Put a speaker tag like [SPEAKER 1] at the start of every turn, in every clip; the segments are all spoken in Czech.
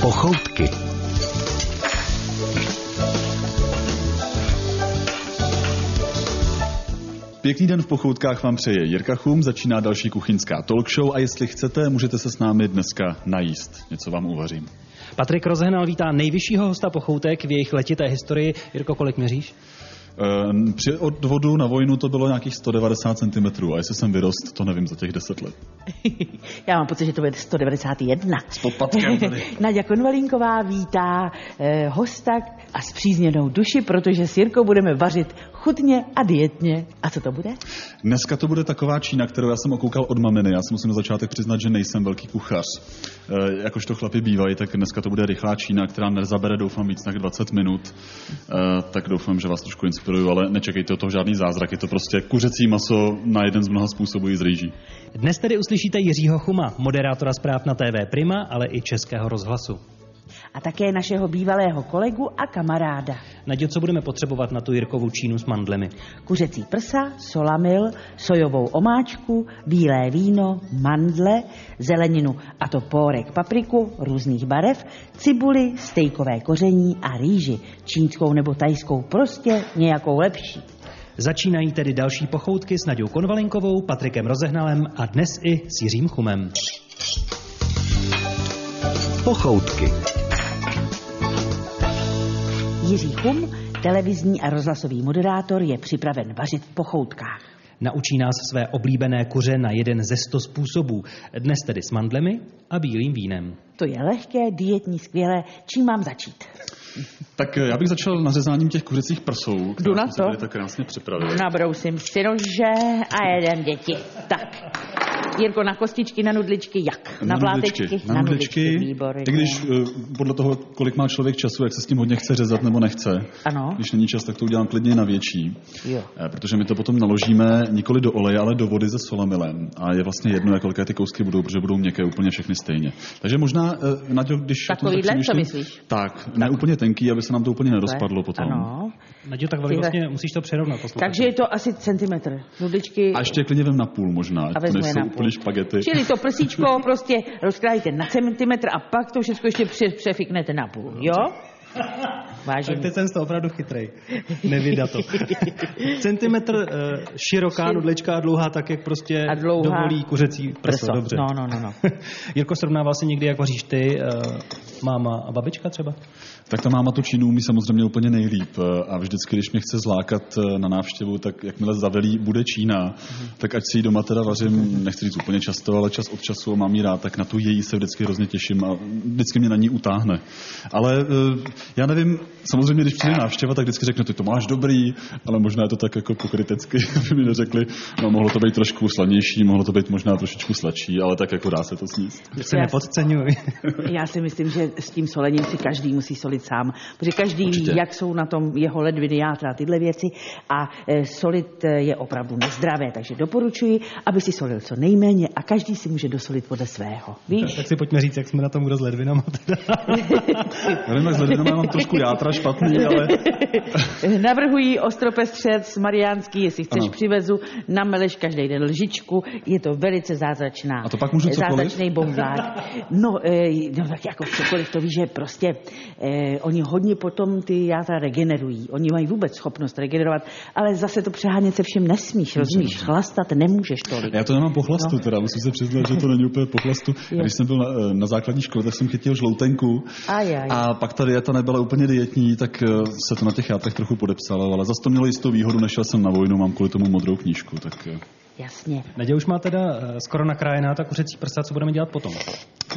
[SPEAKER 1] Pochoutky.
[SPEAKER 2] Pěkný den v pochoutkách vám přeje Jirka Chum, začíná další kuchyňská talk show a jestli chcete, můžete se s námi dneska najíst. Něco vám uvařím.
[SPEAKER 3] Patrik Rozehnal vítá nejvyššího hosta pochoutek v jejich letité historii. Jirko, kolik měříš?
[SPEAKER 2] Ehm, Při odvodu na vojnu to bylo nějakých 190 cm a jestli jsem vyrost, to nevím za těch 10 let.
[SPEAKER 4] Já mám pocit, že to bude 191. S
[SPEAKER 2] podpatkem tady.
[SPEAKER 4] Nadia Konvalinková vítá eh, hosta a spřízněnou duši, protože s Jirkou budeme vařit chutně a dietně. A co to bude?
[SPEAKER 2] Dneska to bude taková Čína, kterou já jsem okoukal od maminy. Já si musím na začátek přiznat, že nejsem velký kuchař. E, jakož to chlapi bývají, tak dneska to bude rychlá Čína, která nezabere, doufám, víc než 20 minut. E, tak doufám, že vás trošku inspiruju, ale nečekejte od toho žádný zázrak. Je to prostě kuřecí maso na jeden z mnoha způsobů i z rýží.
[SPEAKER 3] Dnes tedy uslyšíte Jiřího Chuma, moderátora zpráv na TV Prima, ale i Českého rozhlasu.
[SPEAKER 4] A také našeho bývalého kolegu a kamaráda.
[SPEAKER 3] Nadě, co budeme potřebovat na tu Jirkovu Čínu s mandlemi?
[SPEAKER 4] Kuřecí prsa, solamil, sojovou omáčku, bílé víno, mandle, zeleninu a to pórek papriku různých barev, cibuli, stejkové koření a rýži, čínskou nebo tajskou, prostě nějakou lepší.
[SPEAKER 3] Začínají tedy další pochoutky s Nadějou Konvalinkovou, Patrikem Rozehnalem a dnes i s Jiřím Chumem.
[SPEAKER 1] Pochoutky.
[SPEAKER 4] Jiří Chum, televizní a rozhlasový moderátor, je připraven vařit v pochoutkách.
[SPEAKER 3] Naučí nás své oblíbené kuře na jeden ze sto způsobů. Dnes tedy s mandlemi a bílým vínem.
[SPEAKER 4] To je lehké, dietní, skvělé. Čím mám začít?
[SPEAKER 2] Tak e, já bych začal nařezáním těch kuřecích prsou, které
[SPEAKER 4] Jdu na
[SPEAKER 2] jsme si
[SPEAKER 4] to.
[SPEAKER 2] tady tak krásně připravili.
[SPEAKER 4] Nabrousím si nože a jedem děti. Tak. Jirko, na kostičky, na nudličky, jak? Na, vlátečky,
[SPEAKER 2] na nudličky.
[SPEAKER 4] výborně.
[SPEAKER 2] I když eh, podle toho, kolik má člověk času, jak se s tím hodně chce řezat nebo nechce.
[SPEAKER 4] Ano.
[SPEAKER 2] Když není čas, tak to udělám klidně na větší.
[SPEAKER 4] Jo.
[SPEAKER 2] Eh, Protože my to potom naložíme nikoli do oleje, ale do vody se solamilem. A je vlastně jedno, jak velké ty kousky budou, protože budou měkké úplně všechny stejně. Takže možná, eh, Naďo, když... o tom tak
[SPEAKER 4] Takovýhle, co
[SPEAKER 2] přemýšlím-
[SPEAKER 4] myslíš?
[SPEAKER 2] Tak, ne úplně tenký, aby se nám to úplně nerozpadlo potom.
[SPEAKER 4] Ano.
[SPEAKER 3] Nadějo, tak
[SPEAKER 4] Tyhle.
[SPEAKER 3] vlastně musíš to přerovnat. posluchače.
[SPEAKER 4] Takže je to asi centimetr. Nudličky
[SPEAKER 2] A ještě je klidně vem na půl možná,
[SPEAKER 4] a
[SPEAKER 2] ať to
[SPEAKER 4] vezmu je
[SPEAKER 2] nejsou
[SPEAKER 4] na půl.
[SPEAKER 2] úplně špagety.
[SPEAKER 4] Čili to prsíčko prostě rozkrájíte na centimetr a pak to všechno ještě pře- přefiknete na půl, jo?
[SPEAKER 3] Tak
[SPEAKER 4] Vážení.
[SPEAKER 3] teď jsem z toho opravdu chytrej. Nevydat to. Centimetr eh, široká nudlička a dlouhá, tak jak prostě
[SPEAKER 4] A dlouhá
[SPEAKER 3] dovolí kuřecí prso.
[SPEAKER 4] prso.
[SPEAKER 3] Dobře.
[SPEAKER 4] No, no, no, no.
[SPEAKER 3] Jirko, srovnával si někdy, jak vaříš ty, eh, máma a babička třeba?
[SPEAKER 2] Tak ta máma tu čínu umí samozřejmě úplně nejlíp eh, a vždycky, když mě chce zlákat eh, na návštěvu, tak jakmile zavelí, bude Čína, tak ať si ji doma teda vařím, nechci říct úplně často, ale čas od času a mám ji rád, tak na tu její se vždycky hrozně těším a vždycky mě na ní utáhne. Ale eh, já nevím, samozřejmě, když přijde návštěva, tak vždycky řekne, ty to máš dobrý, ale možná je to tak jako pokrytecky, aby mi neřekli, no mohlo to být trošku slanější, mohlo to být možná trošičku sladší, ale tak jako dá se to sníst.
[SPEAKER 3] Se
[SPEAKER 4] Já-
[SPEAKER 3] nepodceňuj.
[SPEAKER 4] Já si myslím, že s tím solením si každý musí solit sám, protože každý
[SPEAKER 2] Určitě.
[SPEAKER 4] ví, jak jsou na tom jeho ledviny, játra a tyhle věci a eh, solit eh, je opravdu nezdravé, takže doporučuji, aby si solil co nejméně a každý si může dosolit podle svého. Víš?
[SPEAKER 3] tak si pojďme říct, jak jsme na tom kdo s ledvinama. Teda.
[SPEAKER 2] Já nevím, jak s ledvinama já mám trošku játra špatný, ale
[SPEAKER 4] Navrhuji ostropestřec mariánský, jestli chceš
[SPEAKER 2] Ano.
[SPEAKER 4] ano. přivezu, nameleš každý den lžičku, je to velice zázračná.
[SPEAKER 2] A to pak můžu cokoliv?
[SPEAKER 4] Zázračný bomblák. No, eh, no, tak jako cokoliv to víš, že prostě eh, oni hodně potom ty játra regenerují. Oni mají vůbec schopnost regenerovat, ale zase to přehánět se všem nesmíš, rozumíš? Chlastat nemůžeš tolik.
[SPEAKER 2] Já to nemám pochlastu, teda musím se přiznat, že to není úplně pochlastu.
[SPEAKER 4] Jo.
[SPEAKER 2] Když jsem byl na, eh, na základní škole, tak jsem chytil žloutenku.
[SPEAKER 4] Ajaj.
[SPEAKER 2] A pak ta dieta nebyla úplně dietní, tak eh, se to na těch játrech trochu podepsalo, ale zase to mělo jistou výhodu, nešel jsem na vojnu, mám kvůli tomu modrou knížku. Tak eh,
[SPEAKER 4] Jasně.
[SPEAKER 3] Naděja už má teda eh, skoro nakrájená ta kuřecí prsa, co budeme dělat potom?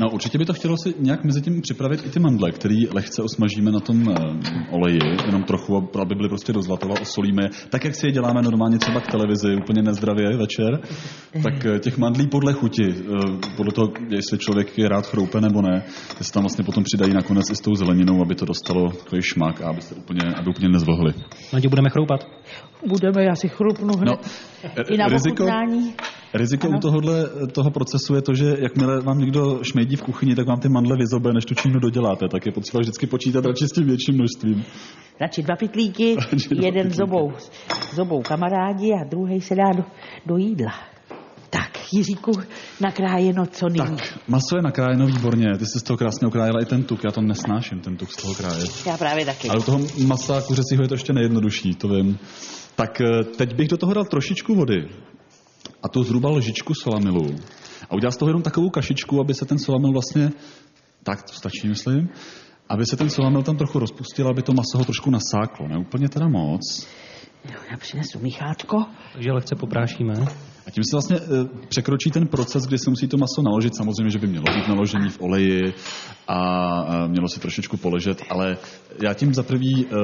[SPEAKER 2] no, určitě by to chtělo si nějak mezi tím připravit i ty mandle, které lehce osmažíme na tom eh, oleji, jenom trochu, ab- aby byly prostě do zlatova, osolíme je. Tak, jak si je děláme normálně třeba k televizi, úplně nezdravě večer, tak eh, těch mandlí podle chuti, eh, podle toho, jestli člověk je rád chroupe nebo ne, ty se tam vlastně potom přidají nakonec i s tou zeleninou, aby to dostalo takový šmak a aby, se úplně, aby úplně nezvlhli.
[SPEAKER 3] Naděju, budeme chroupat.
[SPEAKER 4] Budeme, já si chrupnu hned.
[SPEAKER 2] No,
[SPEAKER 4] I na
[SPEAKER 2] riziko,
[SPEAKER 4] pochutnání.
[SPEAKER 2] Riziko u tohohle, toho procesu je to, že jakmile vám někdo šmejdí v kuchyni, tak vám ty mandle vyzobe, než tu čínu doděláte. Tak je potřeba vždycky počítat radši s tím větším množstvím.
[SPEAKER 4] Radši dva pitlíky,
[SPEAKER 2] Radši dva
[SPEAKER 4] jeden
[SPEAKER 2] pitlíky.
[SPEAKER 4] zobou, zobou kamarádi a druhý se dá do, do jídla. Tak, Jiříku nakrájeno co nyní.
[SPEAKER 2] Tak, maso je nakrájeno výborně, ty jsi z toho krásně okrájela i ten tuk, já to nesnáším, ten tuk z toho kráje.
[SPEAKER 4] Já právě taky.
[SPEAKER 2] Ale u toho masa kuřecího je to ještě nejjednodušší, to vím. Tak eh, teď bych do toho dal trošičku vody a tu zhruba lžičku solamilu. A udělal z toho jenom takovou kašičku, aby se ten solamil vlastně, tak to stačí, myslím, aby se ten solamil tam trochu rozpustil, aby to maso ho trošku nasáklo. Ne úplně teda moc.
[SPEAKER 4] Jo, já přinesu míchátko.
[SPEAKER 3] Takže lehce poprášíme.
[SPEAKER 2] A tím se vlastně eh, překročí ten proces, kdy se musí to maso naložit. Samozřejmě, že by mělo být naložení v oleji a eh, mělo si trošičku poležet, ale já tím za prvý eh,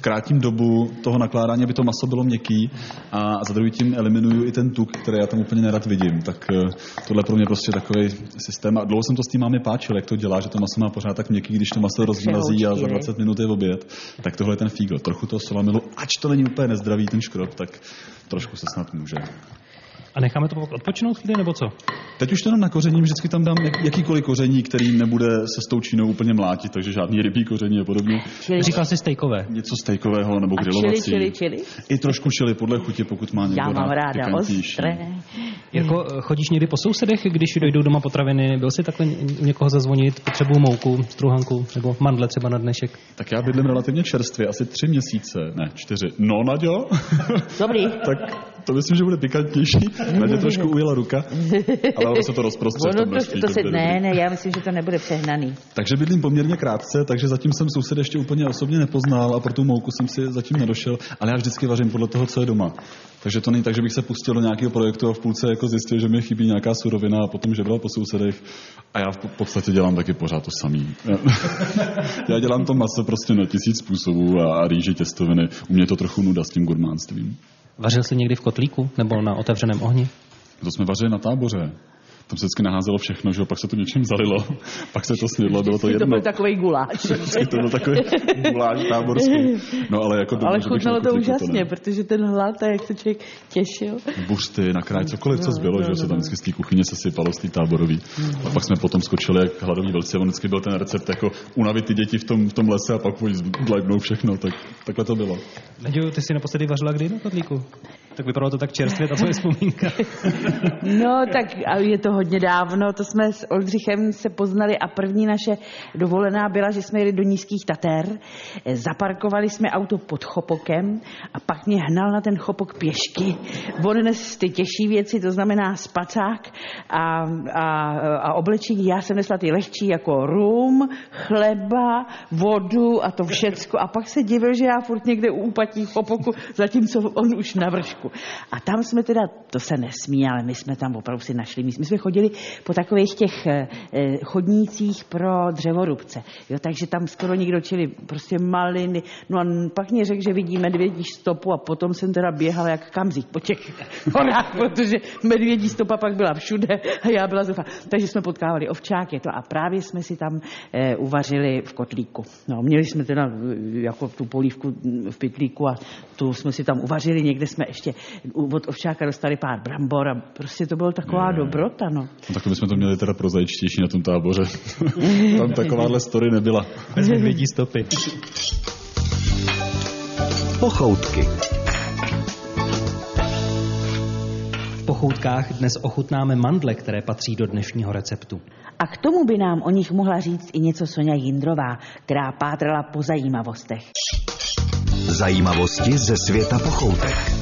[SPEAKER 2] krátím dobu toho nakládání, aby to maso bylo měkký a za druhý tím eliminuju i ten tuk, který já tam úplně nerad vidím. Tak eh, tohle je pro mě prostě takový systém. A dlouho jsem to s tím máme páčil, jak to dělá, že to maso má pořád tak měkký, když to maso rozmrazí a za
[SPEAKER 4] Přeloučky, ne?
[SPEAKER 2] 20 minut je oběd. Tak tohle je ten fígl. Trochu toho solamilu, ač to není úplně nezdravý ten škrob, tak trošku se snad může.
[SPEAKER 3] A necháme to odpočinout chvíli, nebo co?
[SPEAKER 2] Teď už to jenom na koření, vždycky tam dám jak, jakýkoliv koření, který nebude se s tou čínou úplně mlátit, takže žádný rybí koření a podobně.
[SPEAKER 4] Čili,
[SPEAKER 3] Říkal jsi stejkové.
[SPEAKER 2] Něco stejkového nebo
[SPEAKER 4] a čili,
[SPEAKER 2] grilovací.
[SPEAKER 4] čili, čili.
[SPEAKER 2] I trošku čili podle chuti, pokud má někdo
[SPEAKER 4] Já mám
[SPEAKER 2] rád
[SPEAKER 4] ráda
[SPEAKER 2] pikantnější.
[SPEAKER 4] ostré.
[SPEAKER 3] Jirko, Jako, eh, chodíš někdy po sousedech, když dojdou doma potraviny? Byl jsi takhle u někoho zazvonit, potřebuju mouku, struhanku nebo mandle třeba na dnešek?
[SPEAKER 2] Tak já bydlím relativně čerstvě, asi tři měsíce, ne, čtyři. No, Naďo,
[SPEAKER 4] Dobrý.
[SPEAKER 2] tak to myslím, že bude pikantnější. Naďo trošku ujela ruka, ale ono se to rozprostře. v tom
[SPEAKER 4] Ono to,
[SPEAKER 2] množství,
[SPEAKER 4] to se,
[SPEAKER 2] bude
[SPEAKER 4] ne,
[SPEAKER 2] dobrý.
[SPEAKER 4] ne, já myslím, že to nebude přehnaný.
[SPEAKER 2] Takže bydlím poměrně krátce, takže zatím jsem soused ještě úplně osobně nepoznal a pro tu mouku jsem si zatím nedošel, ale já vždycky vařím podle toho, co je doma. Takže to není tak, že bych se pustil do nějakého projektu a v půlce jako zjistil, že mi chybí nějaká surovina a potom žebral po sousedech a já v po- podstatě dělám taky pořád to samý. já dělám to maso prostě na tisíc způsobů a, a rýži těstoviny. U mě je to trochu nuda s tím gurmánstvím.
[SPEAKER 3] Vařil jsi někdy v kotlíku nebo na otevřeném ohni?
[SPEAKER 2] To jsme vařili na táboře. Tam se vždycky naházelo všechno, že jo, pak se to něčím zalilo, pak se to snědlo, bylo to
[SPEAKER 4] To
[SPEAKER 2] jedno.
[SPEAKER 4] byl takový guláč.
[SPEAKER 2] Vždycky to byl takový guláš táborský. No ale jako
[SPEAKER 4] Ale
[SPEAKER 2] že bych
[SPEAKER 4] chutnalo
[SPEAKER 2] na
[SPEAKER 4] to
[SPEAKER 2] kotlíku
[SPEAKER 4] úžasně,
[SPEAKER 2] ne.
[SPEAKER 4] protože ten hlad a jak se člověk těšil.
[SPEAKER 2] Buřty, nakraj, cokoliv,
[SPEAKER 4] No,
[SPEAKER 2] co zbylo, že jo, se tam vždycky z té kuchyně sesypalo, z té táborový. A pak jsme potom skočili jak hladový velci, a on vždycky byl ten recept jako unavit ty děti v tom, v tom lese a pak oni zblajbnou všechno, tak takhle to bylo.
[SPEAKER 3] Naděju, ty jsi naposledy vařila kdy na kotlíku? Tak vypadalo to tak čerstvě, ta tvoje vzpomínka.
[SPEAKER 4] No tak a je to hodně dávno, to jsme s Oldřichem se poznali a první naše dovolená byla, že jsme jeli do Nízkých Tater, Eh, zaparkovali jsme auto pod Chopokem a pak mě hnal na ten Chopok pěšky. On nes ty těžší věci, to znamená spacák a, a, a oblečení. Já jsem nesla ty lehčí jako rum, chleba, vodu a to všecko. A pak se divil, že já furt někde u úpatí chopoku, zatímco on už na vršku. A tam jsme teda, to se nesmí, ale my jsme tam opravdu si našli míst. My jsme chodili po takových těch eh, eh, chodnících pro dřevorubce. Jo, takže tam skoro někdo čili prostě maliny. No a pak mě řekl, že vidí medvědí stopu a potom jsem teda běhala jak kamzík po těch horách, protože medvědí stopa pak byla všude a já byla zoufá. Takže jsme potkávali ovčáky to a právě jsme si tam eh, uvařili v kotlíku. No, měli jsme teda eh, jako tu polívku mm, v pitlíku a tu jsme si tam uvařili. Někde jsme ještě u- od ovčáka dostali pár brambor a prostě to bylo taková
[SPEAKER 2] Je.
[SPEAKER 4] dobrota, no.
[SPEAKER 2] No, tak to bychom to měli teda prozaičtější na tom táboře. tam takováhle story nebyla.
[SPEAKER 3] Bez medvědí stopy.
[SPEAKER 1] Pochoutky.
[SPEAKER 3] V pochoutkách dnes ochutnáme mandle, které patří do dnešního receptu.
[SPEAKER 4] A k tomu by nám o nich mohla říct i něco Sonja Jindrová, která pátrala po zajímavostech.
[SPEAKER 1] Zajímavosti ze světa pochoutek.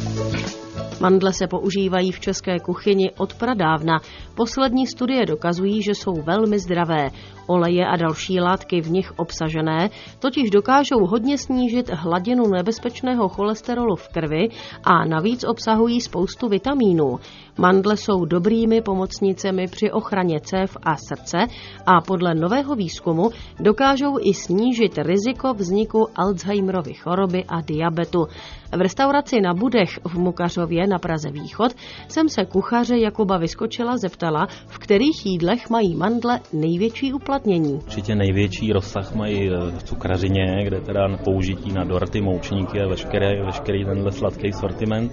[SPEAKER 5] Mandle se používají v české kuchyni od pradávna. Poslední studie dokazují, že jsou velmi zdravé. Oleje a další látky v nich obsažené totiž dokážou hodně snížit hladinu nebezpečného cholesterolu v krvi a navíc obsahují spoustu vitamínů. Mandle jsou dobrými pomocnicemi při ochraně cév a srdce a podle nového výzkumu dokážou i snížit riziko vzniku Alzheimerovy choroby a diabetu. V restauraci na Budech v Mukařově na Praze Východ jsem se kuchaře Jakuba Vyskočila zeptala, v kterých jídlech mají mandle největší uplatnění.
[SPEAKER 6] Určitě největší rozsah mají eh, v cukrařině, kde teda použití na dorty, moučníky a veškerý, veškerý tenhle sladký sortiment.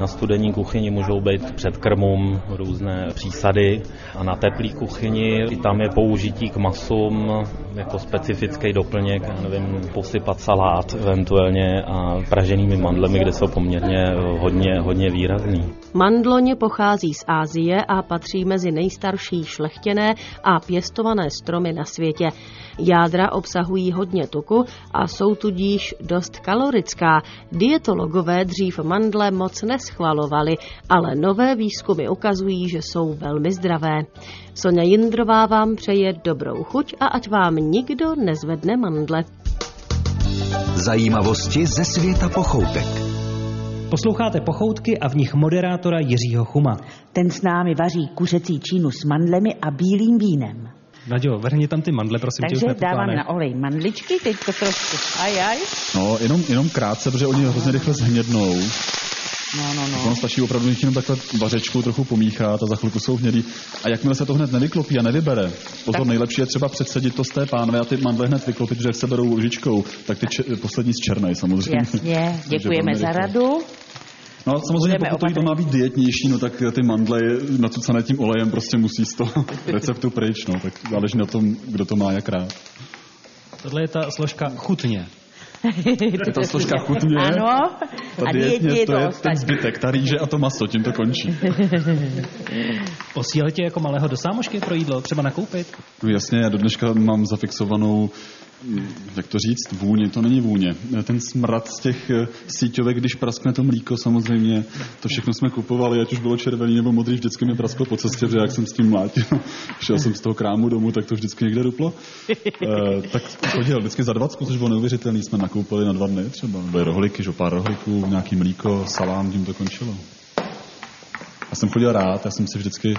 [SPEAKER 6] Na studení kuchyni můžou být před krmům různé přísady a na teplý kuchyni i tam je použití k masům jako specifický doplněk, já nevím, posypat salát eventuelně a praženými mandlemi, kde jsou poměrně hodně, hodně výrazný.
[SPEAKER 5] Mandloně pochází z Ázie a patří mezi nejstarší šlechtěné a pěstované stromy na světě. Jádra obsahují hodně tuku a jsou tudíž dost kalorická. Dietologové dřív mandle moc neschvalovali, ale nové výzkumy ukazují, že jsou velmi zdravé. Sonja Jindrová vám přeje dobrou chuť a ať vám nikdo nezvedne mandle.
[SPEAKER 1] Zajímavosti ze světa pochoutek.
[SPEAKER 3] Posloucháte pochoutky a v nich moderátora Jiřího Chuma.
[SPEAKER 4] Ten s námi vaří kuřecí čínu s mandlemi a bílým vínem.
[SPEAKER 3] Nadějo, vrhni tam ty mandle, prosím tě, už
[SPEAKER 4] Takže dáváme
[SPEAKER 3] nepotlánej.
[SPEAKER 4] na olej mandličky, teď to trošku. Ajaj.
[SPEAKER 2] No, jenom, jenom krátce, protože oni hrozně rychle zhnědnou.
[SPEAKER 4] No, no, no.
[SPEAKER 2] Ono stačí opravdu jich jenom takhle vařečkou trochu pomíchat a za chvilku jsou hnědý. A jakmile se to hned nevyklopí a nevybere, pozor,
[SPEAKER 4] Tak.
[SPEAKER 2] nejlepší je třeba předsedit to z té pánve a ty mandle hned vyklopit, že jak se berou lžičkou, tak ty če- poslední z černé samozřejmě.
[SPEAKER 4] Jasně,
[SPEAKER 2] Takže
[SPEAKER 4] děkujeme
[SPEAKER 2] velmi
[SPEAKER 4] za
[SPEAKER 2] rychle.
[SPEAKER 4] radu.
[SPEAKER 2] No a samozřejmě
[SPEAKER 4] Budeme
[SPEAKER 2] pokud to jídlo má být dietnější, no tak ty mandle nacucané tím olejem prostě musí z toho receptu pryč, no. Tak záleží na tom, kdo to má jak rád.
[SPEAKER 3] Tohle je ta složka chutně.
[SPEAKER 2] Je ta složka chutně.
[SPEAKER 4] Ano,
[SPEAKER 2] Ta
[SPEAKER 4] a dietně je to
[SPEAKER 2] to je ten
[SPEAKER 4] ostatní.
[SPEAKER 2] zbytek, ta rýže a to maso, tím to končí.
[SPEAKER 3] Posílali tě jako malého do sámošky pro jídlo, třeba nakoupit?
[SPEAKER 2] No jasně, já do dneška mám zafixovanou, hm, jak to říct, vůně, to není vůně. Ten smrad z těch eh, síťovek, když praskne to mlíko samozřejmě, to všechno jsme kupovali, ať už bylo červený nebo modrý, vždycky mi prasklo po cestě, protože jak jsem s tím mlátil, šel jsem z toho krámu domů, tak to vždycky někde duplo. Eh, tak chodil vždycky za 20, což bylo neuvěřitelné, jsme nakoupili na dva dny třeba. Byly rohlíky, že jo, pár rohlíků, nějaký mlíko, salám, tím to končilo. Já jsem chodil rád, já jsem si vždycky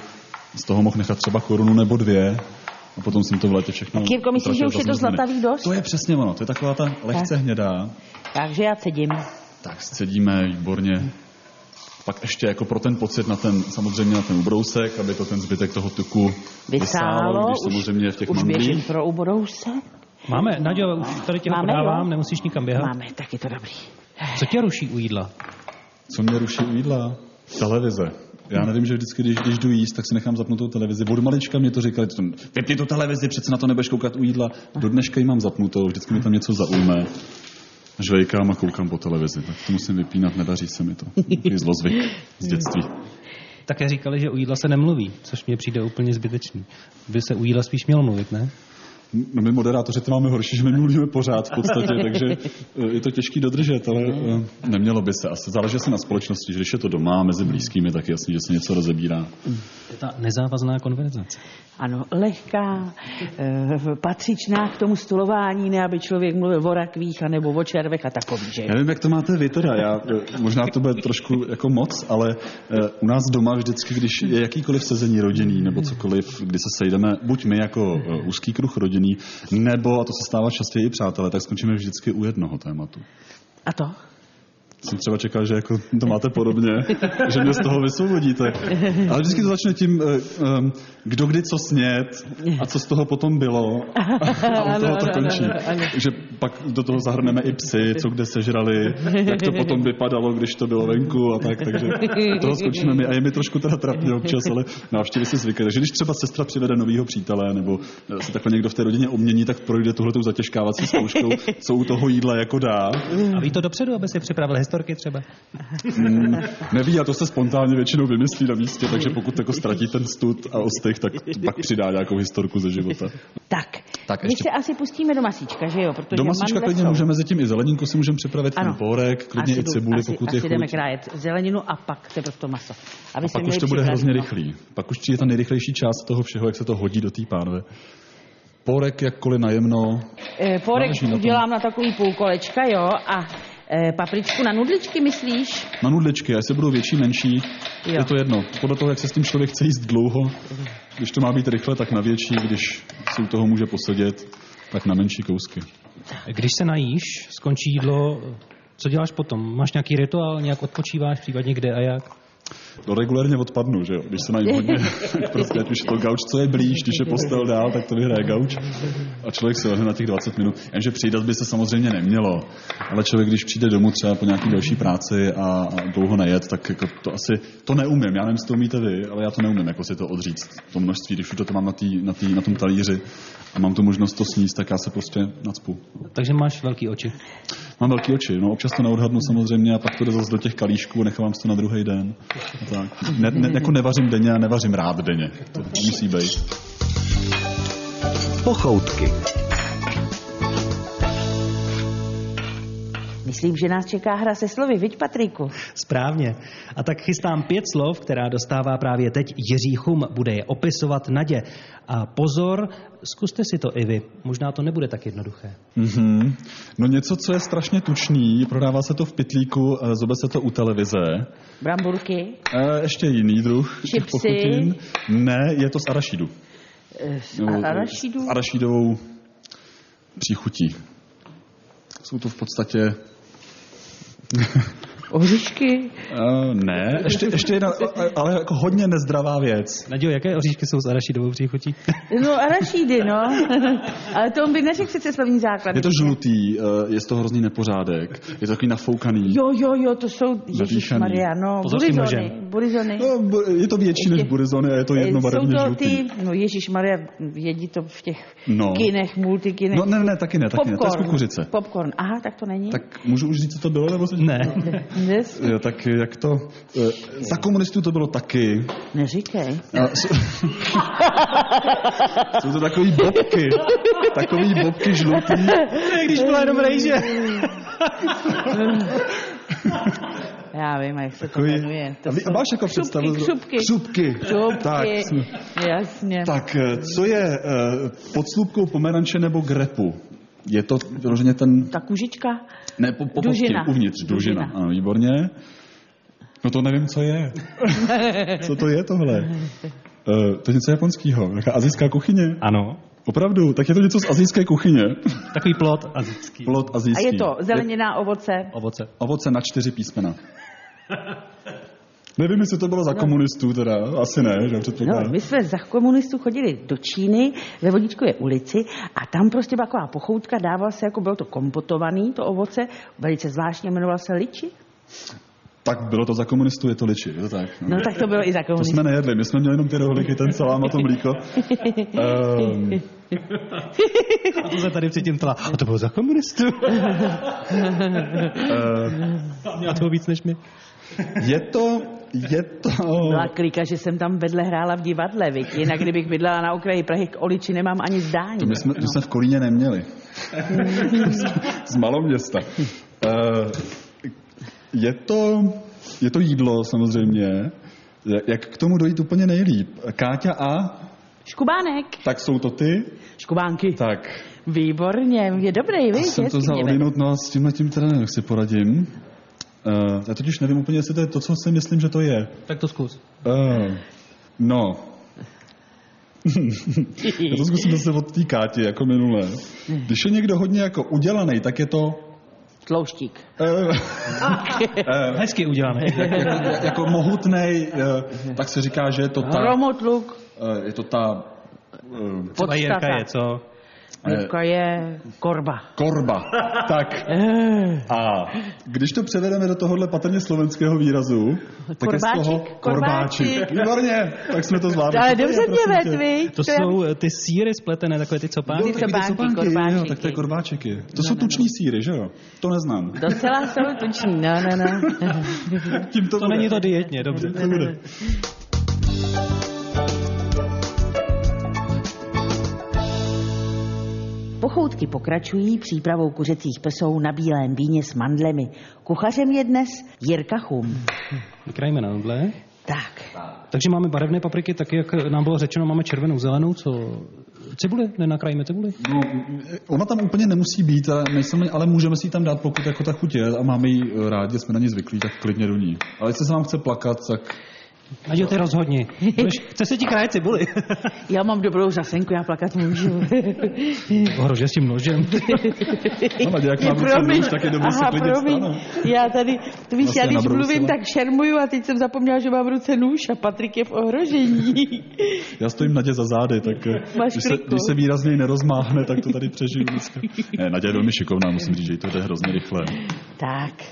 [SPEAKER 2] z toho mohl nechat třeba korunu nebo dvě a potom jsem to v létě všechno...
[SPEAKER 4] Tak Jirko, myslíš, že už je to
[SPEAKER 2] utratil za zlomeny.
[SPEAKER 4] zlatavý dost?
[SPEAKER 2] To je přesně ono, to je taková ta lehce hnědá.
[SPEAKER 4] Takže já sedím.
[SPEAKER 2] Tak scedíme výborně. Pak ještě jako pro ten pocit na ten, samozřejmě na ten ubrousek, aby to ten zbytek toho tuku
[SPEAKER 4] Vysálo,
[SPEAKER 2] když samozřejmě v těch
[SPEAKER 4] už běžím
[SPEAKER 2] mandlích.
[SPEAKER 4] pro ubrouse.
[SPEAKER 3] Máme, Nadějo, už tady tě
[SPEAKER 4] Máme,
[SPEAKER 3] podávám,
[SPEAKER 4] jo.
[SPEAKER 3] nemusíš nikam běhat.
[SPEAKER 4] Máme, tak je to dobrý.
[SPEAKER 3] Co tě ruší u jídla?
[SPEAKER 2] Co mě ruší u jídla? Televize. Já nevím, že vždycky, když, když jdu jíst, tak si nechám zapnutou televizi. Od malička mě to říkali, to- vypni tu televizi, přece na to nebudeš koukat u jídla. Do dneška ji mám zapnutou, vždycky mi tam něco zaujme. Žvejkám a koukám po televizi, tak to musím vypínat, nedaří se mi to. Je zlozvyk z dětství.
[SPEAKER 3] Také říkali, že u jídla se nemluví, což mně přijde úplně zbytečný. By se u jídla spíš mělo mluvit, ne?
[SPEAKER 2] No my moderátoři to máme horší, že my mluvíme pořád v podstatě, takže eh, je to těžký dodržet, ale eh, nemělo by se asi. Záleží se na společnosti, že když je to doma mezi blízkými, tak je jasný, že se něco rozebírá.
[SPEAKER 3] To je ta nezávazná konverzace.
[SPEAKER 4] Ano, lehká, eh, patřičná k tomu stolování, ne aby člověk mluvil o rakvích, anebo o červech a takový, že?
[SPEAKER 2] Já nevím, jak to máte vy teda, já, eh, možná to bude trošku jako moc, ale eh, u nás doma vždycky, když je jakýkoliv sezení rodinný nebo cokoliv, kdy se sejdeme, buď my jako eh, úzký kruh rodinný, nebo, a to se stává častěji i přátelé, tak skončíme vždycky u jednoho tématu.
[SPEAKER 4] A to?
[SPEAKER 2] Jsem třeba čekal, že jako to máte podobně, že mě z toho vysvobodíte. Ale vždycky to začne tím, eh, ehm, kdo kdy co snět a co z toho potom bylo. A u toho to končí. Že pak do toho zahrneme i psy, co kde sežrali, jak to potom vypadalo, když to bylo venku a tak. Takže u toho skončíme my. A je mi trošku teda trapně občas, ale návštěvy si zvykají. Takže když třeba sestra přivede nového přítele nebo eh, se takhle někdo v té rodině obmění, tak projde tuhletou zatěžkávací zkouškou, co u toho jídla jako dá.
[SPEAKER 3] A ví to dopředu, aby si připravil historky třeba?
[SPEAKER 2] Neví, a to se spontánně většinou vymyslí na místě, takže pokud jako ztratí ten stud a ostych, tak pak přidá nějakou historku ze života.
[SPEAKER 4] Tak,
[SPEAKER 2] Tak
[SPEAKER 4] my
[SPEAKER 2] ještě-
[SPEAKER 4] se asi pustíme do masíčka, že jo? Protože
[SPEAKER 2] Do masíčka
[SPEAKER 4] mandle
[SPEAKER 2] klidně
[SPEAKER 4] jsou-
[SPEAKER 2] můžeme mezi tím i zeleninku si můžeme připravit,
[SPEAKER 4] Ano.
[SPEAKER 2] ano. pórek, klidně
[SPEAKER 4] Asi
[SPEAKER 2] i
[SPEAKER 4] jdu-
[SPEAKER 2] cibuli,
[SPEAKER 4] asi,
[SPEAKER 2] pokud
[SPEAKER 4] asi
[SPEAKER 2] je
[SPEAKER 4] jdeme
[SPEAKER 2] chuť.
[SPEAKER 4] krájet zeleninu a pak teprve to maso. Aby
[SPEAKER 2] A pak už to bude hrozně
[SPEAKER 4] no.
[SPEAKER 2] rychlý. Pak už je ta nejrychlejší část toho všeho, jak se to hodí do té pánve. Pórek jakkoliv najemno.
[SPEAKER 4] E, porek
[SPEAKER 2] Záleží na tom.
[SPEAKER 4] udělám na takový půlkolečka, jo, a e, papričku na nudličky, myslíš?
[SPEAKER 2] Na nudličky, jestli budou větší, menší,
[SPEAKER 4] Jo.
[SPEAKER 2] jo. je to jedno. Podle toho, jak se s tím člověk chce jíst dlouho, když to má být rychle, tak na větší, když si u toho může posedět, tak na menší kousky.
[SPEAKER 3] Když se najíš, skončí jídlo, co děláš potom? Máš nějaký rituál, nějak odpočíváš, případně kde a jak?
[SPEAKER 2] No, regulérně odpadnu, že jo? Když se na něj hodně, prostě ať už je to gauč, co je blíž, když je postel dál, tak to vyhraje gauč. A člověk se lehne na těch 20 minut. Jenže přidat by se samozřejmě nemělo. Ale člověk, když přijde domů třeba po nějaké další práci a, a dlouho nejet, tak jako to asi to neumím. Já nevím, jestli to umíte vy, ale já to neumím, jako si to odříct. To množství, když už to mám na, tý, na, tý, na tom talíři a mám tu možnost to sníst, tak já se prostě nacpu.
[SPEAKER 3] Takže máš velký oči.
[SPEAKER 2] Mám velký oči, no občas to neodhadnu samozřejmě a pak to jde zase do těch kalíšků a nechávám si to na druhý den. A tak. Ne, ne, jako nevařím denně a nevařím rád denně. To musí být.
[SPEAKER 1] Pochoutky.
[SPEAKER 4] Myslím, že nás čeká hra se slovy, viď Patriku?
[SPEAKER 3] Správně. A tak chystám pět slov, která dostává právě teď Jiří Chum. Bude je opisovat Nadě. A pozor, zkuste si to i vy. Možná to nebude tak jednoduché.
[SPEAKER 2] Mm-hmm. No něco, co je strašně tučný, prodává se to v pitlíku, eh, zobe se to u televize.
[SPEAKER 4] Bramburky,
[SPEAKER 2] E, ještě jiný druh těch
[SPEAKER 4] Chipsy?
[SPEAKER 2] pochutin. Ne, je to z arašidu.
[SPEAKER 4] eh, s
[SPEAKER 2] Nebo,
[SPEAKER 4] a-
[SPEAKER 2] eh,
[SPEAKER 4] arašidů,
[SPEAKER 2] S arašidovou příchutí. Jsou to v podstatě
[SPEAKER 4] oříšky,
[SPEAKER 2] Uh, ne, ještě, ještě jedna, a- ale jako hodně nezdravá věc.
[SPEAKER 3] Nadějo, jaké oříšky jsou s arašidovou příchutí?
[SPEAKER 4] no arašídy, no. Ale to on by neřekl přece slovní základ.
[SPEAKER 2] Je to žlutý, eh, je z toho hrozný nepořádek, je to takový nafoukaný.
[SPEAKER 4] Jo, jo, jo, to jsou,
[SPEAKER 2] Zadýchaný.
[SPEAKER 4] Maria, no,
[SPEAKER 3] Pozor s tím
[SPEAKER 4] burizony,
[SPEAKER 3] nožem.
[SPEAKER 4] burizony.
[SPEAKER 2] No, bu- Je to větší než
[SPEAKER 4] Ještě-
[SPEAKER 2] burizony a je to
[SPEAKER 4] Jsou
[SPEAKER 2] jednobarevně
[SPEAKER 4] to
[SPEAKER 2] žlutý.
[SPEAKER 4] ty, no Ježíš Maria, jedí to v těch
[SPEAKER 2] No.
[SPEAKER 4] kinech, multikinech.
[SPEAKER 2] No ne, ne, taky ne, taky ne, to je z kukuřice.
[SPEAKER 4] Popcorn, aha, tak to není.
[SPEAKER 2] Tak můžu už říct, co to bylo? Nebo se...
[SPEAKER 3] Ne.
[SPEAKER 4] Nes,
[SPEAKER 2] Jo, tak jak to? eh, Za komunistů to bylo taky.
[SPEAKER 4] neříkej.
[SPEAKER 2] A jsou, jsou to takový bobky. Takový bobky žlutý.
[SPEAKER 3] Když byla jenom rejže.
[SPEAKER 4] Já vím, jak se to
[SPEAKER 2] Takový,
[SPEAKER 4] jmenuje. To
[SPEAKER 2] a, vy, a máš jako představu?
[SPEAKER 4] křupky.
[SPEAKER 2] Křupky.
[SPEAKER 4] Čupky,
[SPEAKER 2] Tak, jsme-
[SPEAKER 4] jasně.
[SPEAKER 2] Tak, eh, co je eh, pod slupkou pomeranče nebo grepu? Je to vyloženě ten...
[SPEAKER 4] Ta kužička,
[SPEAKER 2] Ne, po, po
[SPEAKER 4] Dužina.
[SPEAKER 2] kostě, uvnitř, dužina.
[SPEAKER 4] Dužina.
[SPEAKER 2] dužina. Ano, výborně. No to nevím, co je. co to je tohle? Uh, to je něco japonského. Jaká azijská kuchyně?
[SPEAKER 3] Ano.
[SPEAKER 2] Opravdu, tak je to něco z azijské kuchyně.
[SPEAKER 3] Takový plot azijský.
[SPEAKER 2] Plot
[SPEAKER 4] a
[SPEAKER 2] azijský.
[SPEAKER 4] je to zelenina, ovoce.
[SPEAKER 3] Ovoce.
[SPEAKER 2] Ovoce na čtyři písmena. Nevím, jestli to bylo za komunistů teda, asi ne, že
[SPEAKER 4] No,
[SPEAKER 2] předpokládám.
[SPEAKER 4] my jsme za komunistů chodili do Číny ve Vodičkové ulici a tam prostě byla taková pochoutka, dával se, jako bylo to kompotovaný, to ovoce, velice zvláštně jmenoval se liči.
[SPEAKER 2] Tak bylo to za komunistů, je to liči, je to tak.
[SPEAKER 4] No tak to bylo i za
[SPEAKER 2] To
[SPEAKER 4] komunistů.
[SPEAKER 2] jsme nejedli, my jsme měli jenom ty rohlíky, ten salám a to mlíko. Ehm,
[SPEAKER 3] A to se tady předtím tla. A to bylo za komunistů.
[SPEAKER 2] eh,
[SPEAKER 3] Měla toho víc než my.
[SPEAKER 2] je to, je to...
[SPEAKER 4] Byla klika, No že jsem tam vedle hrála v divadle, viď? jinak kdybych bydlela na okraji Prahy, k Oliči nemám ani zdání.
[SPEAKER 2] To my jsme, my jsme v Kolíně neměli. Z maloměsta. Eh, Je to, je to jídlo samozřejmě. Jak k tomu dojít úplně nejlíp? Káťa a,
[SPEAKER 4] Škubánek,
[SPEAKER 2] tak jsou to ty.
[SPEAKER 4] škubánky,
[SPEAKER 2] Tak,
[SPEAKER 4] výborně, je dobrý,
[SPEAKER 2] Já
[SPEAKER 4] víš?
[SPEAKER 2] jsem to vzal odinout, no a s tímhle tím teda nevím, jak si poradím. Uh, já totiž nevím úplně, jestli to je to, co si myslím, že to je.
[SPEAKER 3] Tak to zkus.
[SPEAKER 2] Uh, no. já to zkusím zase od té Káti, jako minule. Když je někdo hodně jako udělaný, tak je to...
[SPEAKER 4] Tlouštík.
[SPEAKER 2] Uh,
[SPEAKER 3] Hezky udělané.
[SPEAKER 2] jako mohutnej, uh, tak se říká, že je to ta...
[SPEAKER 4] Romotluk,
[SPEAKER 2] Uh, je to ta... Uh,
[SPEAKER 3] Třeba Jirka
[SPEAKER 4] podstata.
[SPEAKER 3] je, co?
[SPEAKER 2] Eh.
[SPEAKER 4] Jirka je korba.
[SPEAKER 2] Korba. Tak. A když to převedeme do tohohle patrně slovenského výrazu, tak je z toho
[SPEAKER 4] Korbáčik, korbáčik.
[SPEAKER 2] korbáčik. Výborně, tak jsme to zvládli.
[SPEAKER 4] Ale
[SPEAKER 2] Co to
[SPEAKER 4] dobře
[SPEAKER 2] je, prosím
[SPEAKER 4] mě
[SPEAKER 2] tě?
[SPEAKER 4] ved, viď?
[SPEAKER 3] To
[SPEAKER 4] já-
[SPEAKER 3] jsou eh, ty síry spletené, takové ty copány.
[SPEAKER 2] Jo, taky ty
[SPEAKER 4] Sobánky,
[SPEAKER 2] sobánky, jo, tak to
[SPEAKER 4] korbáčiky.
[SPEAKER 2] je korbáčiky. To jsou tuční síry, že jo? To neznám.
[SPEAKER 4] Docela jsou tuční, no, no, no.
[SPEAKER 2] Tím to,
[SPEAKER 3] To
[SPEAKER 2] bude.
[SPEAKER 3] není to dietně, dobře.
[SPEAKER 2] Tím to bude.
[SPEAKER 4] Pochoutky pokračují přípravou kuřecích prsou na bílém víně s mandlemi. Kuchařem je dnes Jirka Chum.
[SPEAKER 3] Vykrajíme na nudle.
[SPEAKER 4] Tak,
[SPEAKER 3] Takže máme barevné papriky, tak jak nám bylo řečeno, máme červenou, zelenou, co? Cibuli? Nenakrajíme cibuli?
[SPEAKER 2] No, ona tam úplně nemusí být, ale, nejsem, ale můžeme si ji tam dát, pokud eh, jako ta chutě a máme ji rádi, jsme na ní zvyklí, tak klidně do ní. Ale jestli se nám chce plakat, tak
[SPEAKER 3] Nadějo, ty rozhodni. Budeš, chce se ti krajet cibuli.
[SPEAKER 4] Já mám dobrou řasenku, já plakat můžu.
[SPEAKER 3] Ohrože s tím nožem.
[SPEAKER 2] No, Naděja, jak má v ruce nůž, tak je dobrý se
[SPEAKER 4] Aha,
[SPEAKER 2] klidně
[SPEAKER 4] promiň.
[SPEAKER 2] vstane.
[SPEAKER 4] Já tady, ty víš,
[SPEAKER 2] Vlastně
[SPEAKER 4] já když
[SPEAKER 2] nabrousila.
[SPEAKER 4] mluvím, tak šermuju a teď jsem zapomněla, že mám v ruce nůž a Patrik je v ohrožení.
[SPEAKER 2] Já stojím Nadě za zády, tak eh,
[SPEAKER 4] Máš
[SPEAKER 2] když se,
[SPEAKER 4] kliku.
[SPEAKER 2] když se výrazně nerozmáhne, tak to tady přežiju vždycky. Ne, Nadě je velmi šikovná, musím říct, že jí to jde hrozně rychle.
[SPEAKER 4] tak.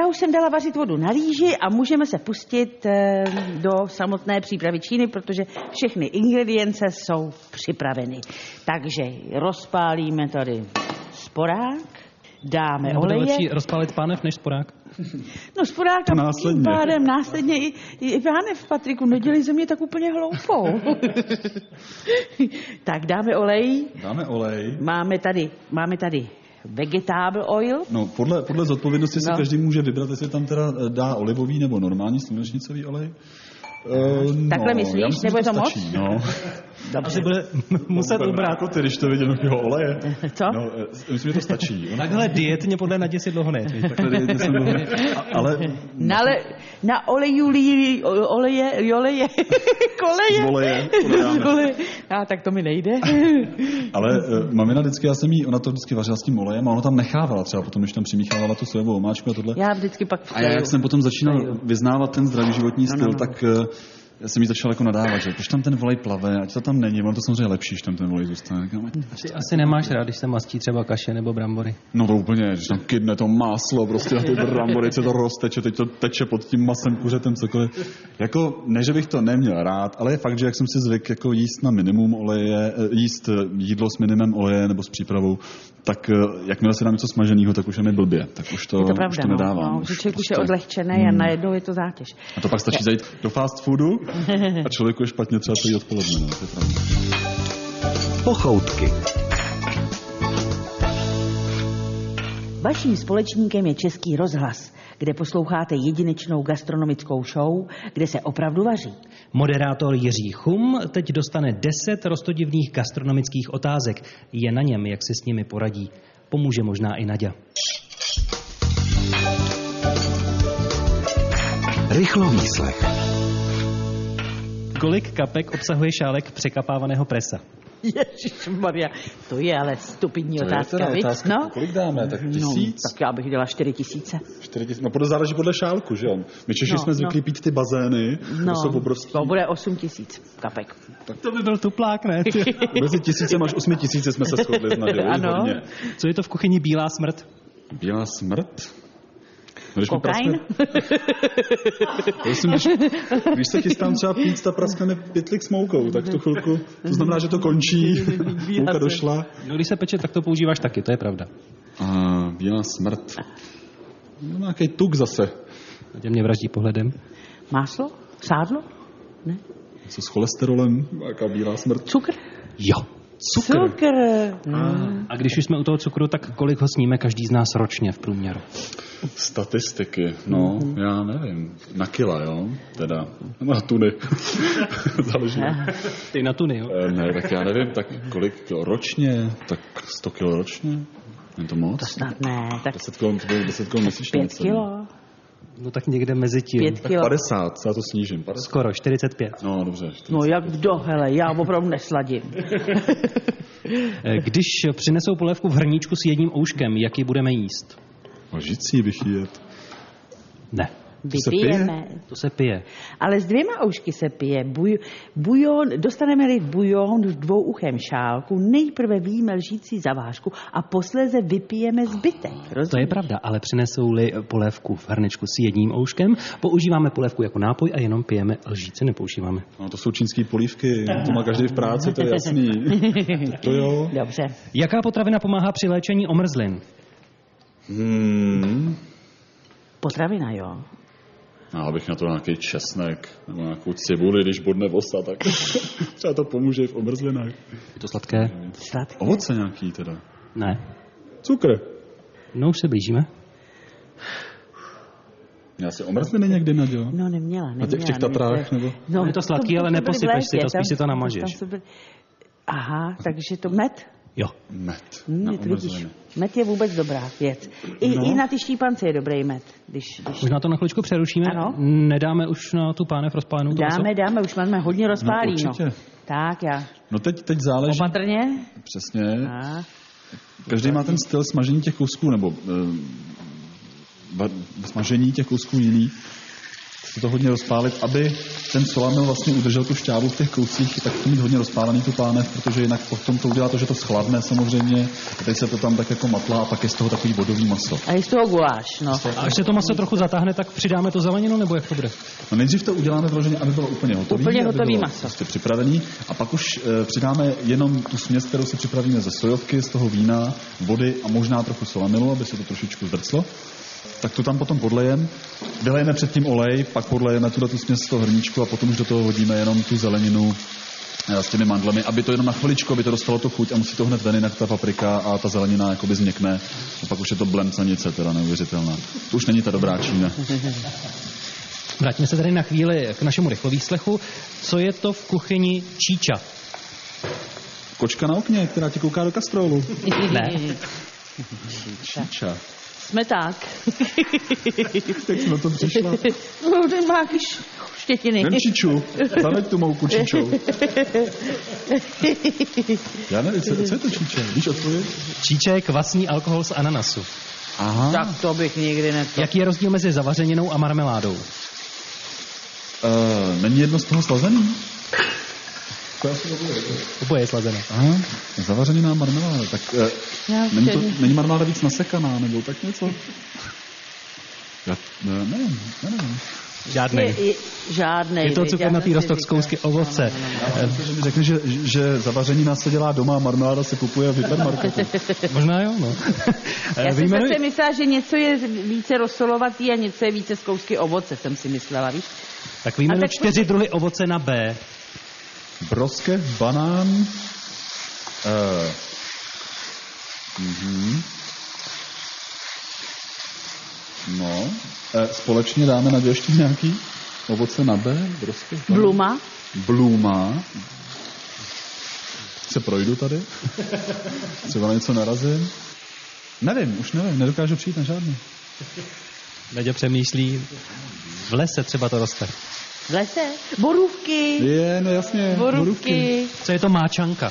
[SPEAKER 4] Já už jsem dala vařit vodu na rýži a můžeme se pustit eh, do samotné přípravy číny, protože všechny ingredience jsou připraveny. Takže rozpálíme tady sporák, dáme
[SPEAKER 3] Nebo to
[SPEAKER 4] oleje.
[SPEAKER 3] lepší rozpálit pánev než sporák.
[SPEAKER 4] No sporáka
[SPEAKER 2] To
[SPEAKER 4] tím
[SPEAKER 2] následně.
[SPEAKER 4] pádem následně i, i i pánev, Patriku, nedělej ze mě tak úplně hloupou. tak dáme olej.
[SPEAKER 2] Dáme olej.
[SPEAKER 4] Máme tady, máme tady vegetable oil.
[SPEAKER 2] No, podle, podle zodpovědnosti si
[SPEAKER 4] No.
[SPEAKER 2] každý může vybrat, jestli tam teda eh, dá olivový nebo normální slunečnicový olej. Uh,
[SPEAKER 4] Takhle myslíš? Nebo je to moc?
[SPEAKER 2] stačí, No.
[SPEAKER 3] Asi bude muset
[SPEAKER 2] Úplně
[SPEAKER 3] ubrat.
[SPEAKER 2] Jako ty, když to vidím jeho oleje.
[SPEAKER 4] Co?
[SPEAKER 2] No, eh, myslím, že to stačí. Ona
[SPEAKER 3] Takhle dietně podle Nadě si dlouho nejet. víš.
[SPEAKER 2] takhle je, jsem mluvil. A- Ale
[SPEAKER 4] Na, le, na oleju líri, o- oleje, oleje, koleje.
[SPEAKER 2] Z oleje, to nedáme.
[SPEAKER 4] Z oleje. A tak to mi nejde.
[SPEAKER 2] Ale uh, mamina vždycky, já jsem jí, ona to vždycky vařila s tím olejem a ona tam nechávala třeba potom, když tam přimíchávala tu sojovou omáčku a tohle.
[SPEAKER 4] Já vždycky pak
[SPEAKER 2] A já,
[SPEAKER 4] vkleju.
[SPEAKER 2] jak jsem potom začínal vyznávat ten zdravý životní styl,
[SPEAKER 4] no, no.
[SPEAKER 2] tak eh, já jsem jí začal jako nadávat, že proč tam ten volej plave, ať to tam není, ono to samozřejmě lepší, když tam ten volej zůstane. Říkám, ať-
[SPEAKER 3] Ty asi nemáš rád, když se mastí třeba kaše nebo brambory.
[SPEAKER 2] No to úplně, když tam kydne to máslo, prostě na ty brambory se to rozteče, teď to teče pod tím masem, kuřetem, cokoliv. Jako, ne, že bych to neměl rád, ale je fakt, že jak jsem si zvyk jako jíst na minimum oleje, eh, jíst eh, jídlo s minimem oleje nebo s přípravou, tak eh, jakmile si dám něco smaženého, tak už je mi blbě, tak už to,
[SPEAKER 4] je to
[SPEAKER 2] už
[SPEAKER 4] pravda,
[SPEAKER 2] to nedávám.
[SPEAKER 4] no, no, že člověk už je
[SPEAKER 2] prostě-
[SPEAKER 4] odlehčený a najednou je to zátěž.
[SPEAKER 2] A to pak stačí zajít do fast foodu a člověku je špatně třeba celý odpoledne. No, to je pravda.
[SPEAKER 1] Pochoutky.
[SPEAKER 4] Vaším společníkem je Český rozhlas, kde posloucháte jedinečnou gastronomickou show, kde se opravdu vaří.
[SPEAKER 3] Moderátor Jiří Chum teď dostane 10 rostodivných gastronomických otázek. Je na něm, jak si s nimi poradí. Pomůže možná i Nadia.
[SPEAKER 1] Rychlo výslech.
[SPEAKER 3] Kolik kapek obsahuje šálek překapávaného presa?
[SPEAKER 4] Ježíš Maria, to je ale stupidní
[SPEAKER 2] To je
[SPEAKER 4] otázka,
[SPEAKER 2] teda
[SPEAKER 4] viď?
[SPEAKER 2] otázka, kolik dáme? Tak tisíc?
[SPEAKER 4] No, tak já bych dělala čtyři tisíce.
[SPEAKER 2] 40, no podle záleží podle šálku, že jo? My Češi
[SPEAKER 4] No,
[SPEAKER 2] no, jsme zvyklí
[SPEAKER 4] no.
[SPEAKER 2] no. pít ty bazény, no.
[SPEAKER 4] No,
[SPEAKER 2] to jsou obrovský.
[SPEAKER 4] to bude osm tisíc kapek.
[SPEAKER 3] To by byl tuplák, ne?
[SPEAKER 2] Mezi tisícem až osmi tisíce jsme se shodli na
[SPEAKER 4] Ano.
[SPEAKER 2] hodně.
[SPEAKER 3] Co je to v kuchyni bílá smrt?
[SPEAKER 2] Bílá smrt? No, Když mi
[SPEAKER 4] Kokain?
[SPEAKER 2] praskne- Já jsem, když, když, se chystám třeba pít, ta praskne mi pytlik s moukou, tak v tu chvilku, to znamená, že to končí, mouka došla.
[SPEAKER 3] No, když se peče, tak to používáš taky, to je pravda.
[SPEAKER 2] A bílá smrt. No, nějaký tuk zase.
[SPEAKER 3] Nadě mě vraždí pohledem.
[SPEAKER 4] Máslo? Sádlo?
[SPEAKER 2] Co s cholesterolem? Jaká bílá smrt?
[SPEAKER 4] Cukr?
[SPEAKER 3] Jo.
[SPEAKER 4] Cukr. Cukr. No,
[SPEAKER 3] A když už jsme u toho cukru, tak kolik ho sníme každý z nás ročně v průměru?
[SPEAKER 2] Statistiky, no,
[SPEAKER 4] Mhm.
[SPEAKER 2] já nevím. Na kila, jo? Teda, nebo na tuny. Záleží. na-
[SPEAKER 3] Ty na tuny, jo?
[SPEAKER 2] Eh, Ne, tak já nevím, tak kolik kilo ročně? Tak 100 kilo ročně? Je to moc?
[SPEAKER 4] To snad ne, tak
[SPEAKER 2] 10 kilo, to bylo 10 kilo měsíčně.
[SPEAKER 4] pět
[SPEAKER 2] něco.
[SPEAKER 4] kilo.
[SPEAKER 3] No tak někde mezi tím.
[SPEAKER 4] Pět
[SPEAKER 2] Tak
[SPEAKER 4] kilo.
[SPEAKER 2] 50, já to snížím. 50.
[SPEAKER 3] Skoro, 45.
[SPEAKER 2] No, dobře.
[SPEAKER 4] No jak kdo, hele, já opravdu nesladím.
[SPEAKER 3] Eh, Když přinesou polévku v hrníčku s jedním ouškem, jak ji budeme jíst?
[SPEAKER 2] Lžicí No, bych jí jet.
[SPEAKER 3] Ne.
[SPEAKER 2] se pije?
[SPEAKER 4] Vypijeme.
[SPEAKER 3] To se pije.
[SPEAKER 4] Ale s dvěma oušky se pije. Buj, bujon, dostaneme-li bujon v dvouuchém šálku, nejprve vyjíme lžící zavážku a posléze vypijeme zbytek.
[SPEAKER 3] To je
[SPEAKER 4] Rozumíš?
[SPEAKER 3] pravda, ale přinesou-li polévku v hrnečku s jedním ouškem, používáme polévku jako nápoj a jenom pijeme lžíci, nepoužíváme.
[SPEAKER 2] No, to jsou čínský polívky, to má každý v práci, to je jasný. to jo.
[SPEAKER 4] Dobře.
[SPEAKER 3] Jaká potravina pomáhá při léčení omrzlin?
[SPEAKER 2] Hmm.
[SPEAKER 4] Potravina, jo.
[SPEAKER 2] Já bych na to nějaký česnek nebo nějakou cibuli, když bodne vosa, tak třeba to pomůže i v omrzlinách.
[SPEAKER 3] Je to sladké?
[SPEAKER 4] Sladké.
[SPEAKER 2] Ovoce nějaký teda.
[SPEAKER 3] Ne.
[SPEAKER 2] Cukr.
[SPEAKER 3] No už se blížíme.
[SPEAKER 2] Já si omrzliny někdy naděl.
[SPEAKER 4] No, neměla, neměla.
[SPEAKER 2] těch- v těch
[SPEAKER 4] neměla.
[SPEAKER 2] Tatrách, nebo?
[SPEAKER 3] No, je to sladký, ale
[SPEAKER 4] byly v
[SPEAKER 3] neposypeš si to,
[SPEAKER 4] létě,
[SPEAKER 3] spíš si to namažeš.
[SPEAKER 4] tam se byly- Aha, takže to med?
[SPEAKER 3] Jo.
[SPEAKER 2] Met.
[SPEAKER 4] Hm,
[SPEAKER 2] na
[SPEAKER 4] je to vidíš.
[SPEAKER 2] omrzliny.
[SPEAKER 4] Met je vůbec dobrá věc. I,
[SPEAKER 2] No.
[SPEAKER 4] i na ty štípance je dobrý met, když, když
[SPEAKER 3] Možná to na chviličku přerušíme.
[SPEAKER 4] Ano.
[SPEAKER 3] Nedáme už na tu pánev rozpálenou to
[SPEAKER 4] dáme,
[SPEAKER 3] maso?
[SPEAKER 4] dáme, už máme hodně rozpálí.
[SPEAKER 2] No,
[SPEAKER 4] no.
[SPEAKER 2] určitě.
[SPEAKER 4] Tak já.
[SPEAKER 2] No teď, teď záleží.
[SPEAKER 4] Opatrně.
[SPEAKER 2] Přesně.
[SPEAKER 4] Tak.
[SPEAKER 2] Každý má ten styl smažení těch kousků, nebo eh, va- smažení těch kousků jiný. Chce to hodně rozpálit, aby ten solamil vlastně udržel tu šťávu v těch kouscích, tak to mít hodně rozpálený tu pánev, protože jinak potom to udělá to, že to schladne samozřejmě. A teď se to tam tak jako matlá a pak je z toho takový bodový maso.
[SPEAKER 4] A je z toho guláš, no.
[SPEAKER 3] A až se to maso trochu zatáhne, tak přidáme to zeleninu, nebo jak to bude?
[SPEAKER 2] No nejdřív to uděláme vyloženě, aby bylo úplně hotové.
[SPEAKER 4] Úplně
[SPEAKER 2] aby
[SPEAKER 4] hotový
[SPEAKER 2] bylo
[SPEAKER 4] maso.
[SPEAKER 2] Prostě připravený. A pak už e, přidáme jenom tu směs, kterou si připravíme ze sojovky, z toho vína, vody a možná trochu solamilu, aby se to trošičku zdrclo. Tak to tam potom podlejem. Vylejeme předtím olej, pak podlejeme tuhle tu směs z toho hrníčku a potom už do toho hodíme jenom tu zeleninu e, s těmi mandlemi, aby to jenom na chviličku, aby to dostalo tu chuť a musí to hned ven, jinak ta paprika a ta zelenina jakoby změkne. A pak už je to blemcanice, teda neuvěřitelná. To už není ta dobrá čína.
[SPEAKER 3] Vrátíme se tady na chvíli k našemu rychlovýslechu. Co je to v kuchyni číča?
[SPEAKER 2] Kočka na okně, která ti kouká do kastrolu.
[SPEAKER 3] Ne.
[SPEAKER 2] Číča.
[SPEAKER 4] Jsme tak.
[SPEAKER 2] Jak jsi na to přišla?
[SPEAKER 4] No, ten má jakýž štětiny.
[SPEAKER 2] Vem Čiču, zaveď tu mouku Čičou. Já nevím, co, co je to Číče? Víš odpověď?
[SPEAKER 3] Číče je kvasný alkohol z ananasu.
[SPEAKER 2] Aha. Tak.
[SPEAKER 4] Tak to bych nikdy ne...
[SPEAKER 3] Jaký je rozdíl mezi zavařeninou a marmeládou?
[SPEAKER 2] Uh, není jedno z toho slazený? To já si
[SPEAKER 3] Oboje je slazené.
[SPEAKER 2] Aha, zavařenina a marmeláda. Tak uh,
[SPEAKER 4] Já
[SPEAKER 2] není, to,
[SPEAKER 4] včera-
[SPEAKER 2] není marmeláda víc nasekaná, nebo tak něco? Já ne, nevím, já nevím.
[SPEAKER 3] Žádný.
[SPEAKER 4] Je- je- Žádnej.
[SPEAKER 3] Je to
[SPEAKER 4] viď, já
[SPEAKER 3] cukernatý
[SPEAKER 4] jsem
[SPEAKER 3] rostok
[SPEAKER 4] si
[SPEAKER 3] z kousky
[SPEAKER 4] říkala. no,
[SPEAKER 3] ovoce.
[SPEAKER 2] Myslím, že mi řekne, že, že zavařenina se dělá doma a marmeláda se kupuje v hypermarketu.
[SPEAKER 3] Možná jo, no.
[SPEAKER 4] Já jsem
[SPEAKER 3] Vyjmenuj-
[SPEAKER 4] zase myslela, že něco je více rosolovatý a něco je více z kousky ovoce, jsem si myslela, víš?
[SPEAKER 3] Tak vyjmenuj
[SPEAKER 4] A tak-
[SPEAKER 3] čtyři druhy ovoce na B.
[SPEAKER 2] Broskev, banán. Uh, mhm. No, eh, společně dáme na ještě nějaký ovoce na B, broskev,
[SPEAKER 3] No.
[SPEAKER 2] banán.
[SPEAKER 4] Bluma.
[SPEAKER 2] Bluma. Se projdu tady. Třeba na něco narazím. Nevím, už nevím, nedokážu přijít na žádný.
[SPEAKER 3] Nadě přemýšlí, v lese třeba to roste.
[SPEAKER 4] V lese. Borůvky.
[SPEAKER 2] Je, no jasně, borůvky.
[SPEAKER 4] Borůvky.
[SPEAKER 3] Co je to máčanka?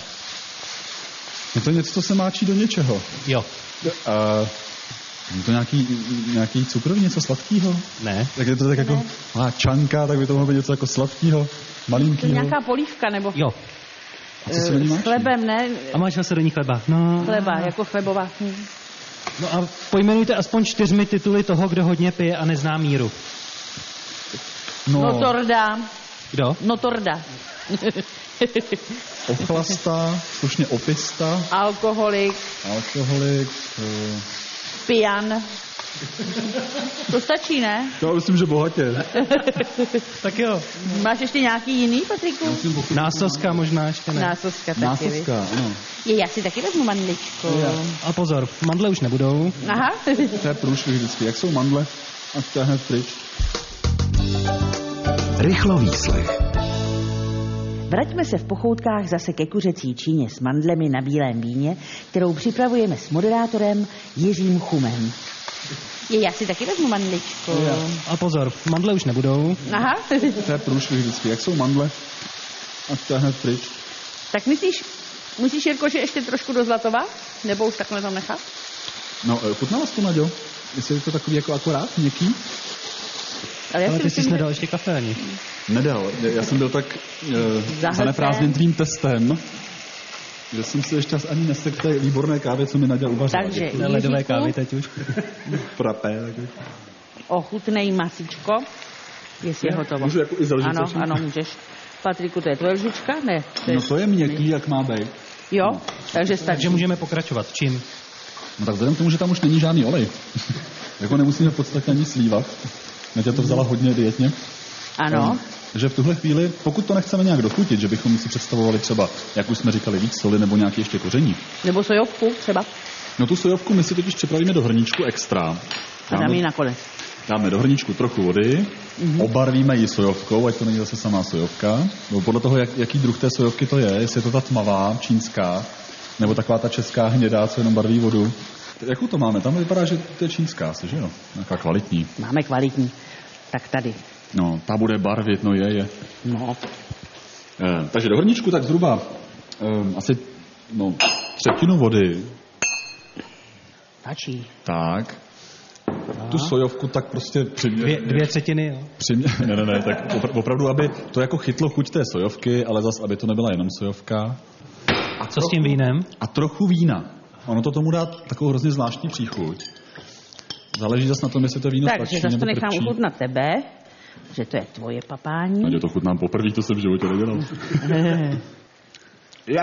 [SPEAKER 2] Je No to něco, co se máčí do něčeho.
[SPEAKER 3] Jo,
[SPEAKER 2] A je to nějaký, nějaký cukrový, něco sladkého?
[SPEAKER 3] ne.
[SPEAKER 2] Tak je to tak jako malá čanka, tak by to mohlo být něco jako sladkého,
[SPEAKER 4] To je
[SPEAKER 2] malinkého.
[SPEAKER 4] nějaká polívka nebo
[SPEAKER 3] Jo. no,
[SPEAKER 2] A co se do ní
[SPEAKER 4] eh,
[SPEAKER 2] máš?
[SPEAKER 4] s chlebem, ne?
[SPEAKER 3] A máš se do ní chleba. No.
[SPEAKER 4] Chleba, jako chlebová. Hm.
[SPEAKER 3] No a pojmenujte aspoň čtyřmi tituly toho, kdo hodně pije a nezná míru.
[SPEAKER 2] No,
[SPEAKER 4] Notorda.
[SPEAKER 3] Kdo?
[SPEAKER 4] Notorda.
[SPEAKER 2] ochlasta, slušně opista,
[SPEAKER 4] Alkoholik.
[SPEAKER 2] alkoholik. eh,
[SPEAKER 4] Pijan. To stačí, ne?
[SPEAKER 2] Já myslím, že bohatě.
[SPEAKER 3] Tak jo.
[SPEAKER 4] Máš ještě nějaký jiný, Patriku?
[SPEAKER 3] Násoska možná ještě ne.
[SPEAKER 4] Násoska taky. viď?
[SPEAKER 2] Násoska, ano.
[SPEAKER 4] Je, já si taky vezmu mandličku.
[SPEAKER 3] A pozor, mandle už nebudou.
[SPEAKER 4] Aha.
[SPEAKER 2] To je průšvih vždycky. Jak jsou mandle? A to je hned pryč.
[SPEAKER 1] Rychlovýslech.
[SPEAKER 4] Vraťme se v pochoutkách zase ke kuřecí číně s mandlemi na bílém víně, kterou připravujeme s moderátorem Jiřím Chumem. Je, já si taky vezmu mandličku.
[SPEAKER 3] A pozor, mandle už nebudou.
[SPEAKER 4] Aha.
[SPEAKER 2] To je průšvih vždycky. Jak jsou mandle? A to je hned pryč.
[SPEAKER 4] tak myslíš, myslíš, Jirko, že ještě trošku do zlatova? Nebo už takhle tam nechat?
[SPEAKER 2] No, eh, chutná vás to, Naďo? Jestli je to takový jako akorát, měkký?
[SPEAKER 4] Ale já
[SPEAKER 3] Ale
[SPEAKER 4] si
[SPEAKER 3] ty jsi
[SPEAKER 4] myslím, že...
[SPEAKER 3] nedal ještě kafe ani.
[SPEAKER 2] Nedal. Já jsem byl tak uh,
[SPEAKER 4] Zahlcen.
[SPEAKER 2] zaneprázdněn tvým testem, že jsem se ještě ani nesek té výborné kávy, co mi Nadia uvařila. Jako
[SPEAKER 4] Takže
[SPEAKER 3] Ne, Ledové kávy
[SPEAKER 4] Jiříku,
[SPEAKER 3] teď už.
[SPEAKER 2] Frapé. taky.
[SPEAKER 4] ochutnej masičko, jestli je hotovo.
[SPEAKER 2] Můžu jako i z lžice
[SPEAKER 4] Ano,
[SPEAKER 2] vším?
[SPEAKER 4] ano, můžeš. Patriku, to je tvoje lžička? Ne. To je...
[SPEAKER 2] No to No. je měkký, jak má být.
[SPEAKER 4] Jo, takže stačí.
[SPEAKER 3] Takže můžeme pokračovat. Čím?
[SPEAKER 2] No tak vzhledem k tomu, že tam už není žádný olej, jako nemusíme v podstatě ani slívat. Nadia to vzala hodně dietně.
[SPEAKER 4] Ano.
[SPEAKER 2] Že v tuhle chvíli, pokud to nechceme nějak dochutit, že bychom si představovali třeba, jak už jsme říkali, víc soli nebo nějaký ještě koření,
[SPEAKER 4] Nebo sojovku třeba.
[SPEAKER 2] No tu sojovku my si totiž připravíme do hrníčku extra.
[SPEAKER 4] A dám
[SPEAKER 2] Dáme,
[SPEAKER 4] ji nakonec.
[SPEAKER 2] dáme do hrníčku trochu vody,
[SPEAKER 3] Mhm.
[SPEAKER 2] obarvíme ji sojovkou, ať to není zase samá sojovka. No podle toho, jak, jaký druh té sojovky to je, jestli je to ta tmavá, čínská, Nebo taková ta česká hnědá, co jenom barví vodu. Jakou to máme? Tam vypadá, že to je čínská, asi, že jo? Nějaká kvalitní.
[SPEAKER 4] Máme kvalitní. Tak tady.
[SPEAKER 2] No, ta bude barvit, no je, je.
[SPEAKER 4] No,
[SPEAKER 2] Eh, takže do hrničku tak zhruba eh, asi no, třetinu vody,
[SPEAKER 4] stačí.
[SPEAKER 2] tak. Tu sojovku tak prostě přiměřeně.
[SPEAKER 3] Dvě, dvě třetiny, jo.
[SPEAKER 2] Přimě... Ne, ne, ne, tak opr- opravdu, aby to jako chytlo chuť té sojovky, ale zas, aby to nebyla jenom sojovka.
[SPEAKER 3] A co s tím vínem?
[SPEAKER 2] A trochu vína. Ono to tomu dá takovou hrozně zvláštní příchuť. Záleží zas na tom, jestli to víno
[SPEAKER 4] Takže
[SPEAKER 2] tlačí
[SPEAKER 4] zase
[SPEAKER 2] No, nebo
[SPEAKER 4] to nechám
[SPEAKER 2] trpčí.
[SPEAKER 4] uchutnat tebe, že to je tvoje papání.
[SPEAKER 2] Naďo, No, to chutnám poprvé, to jsem v životě nedělal.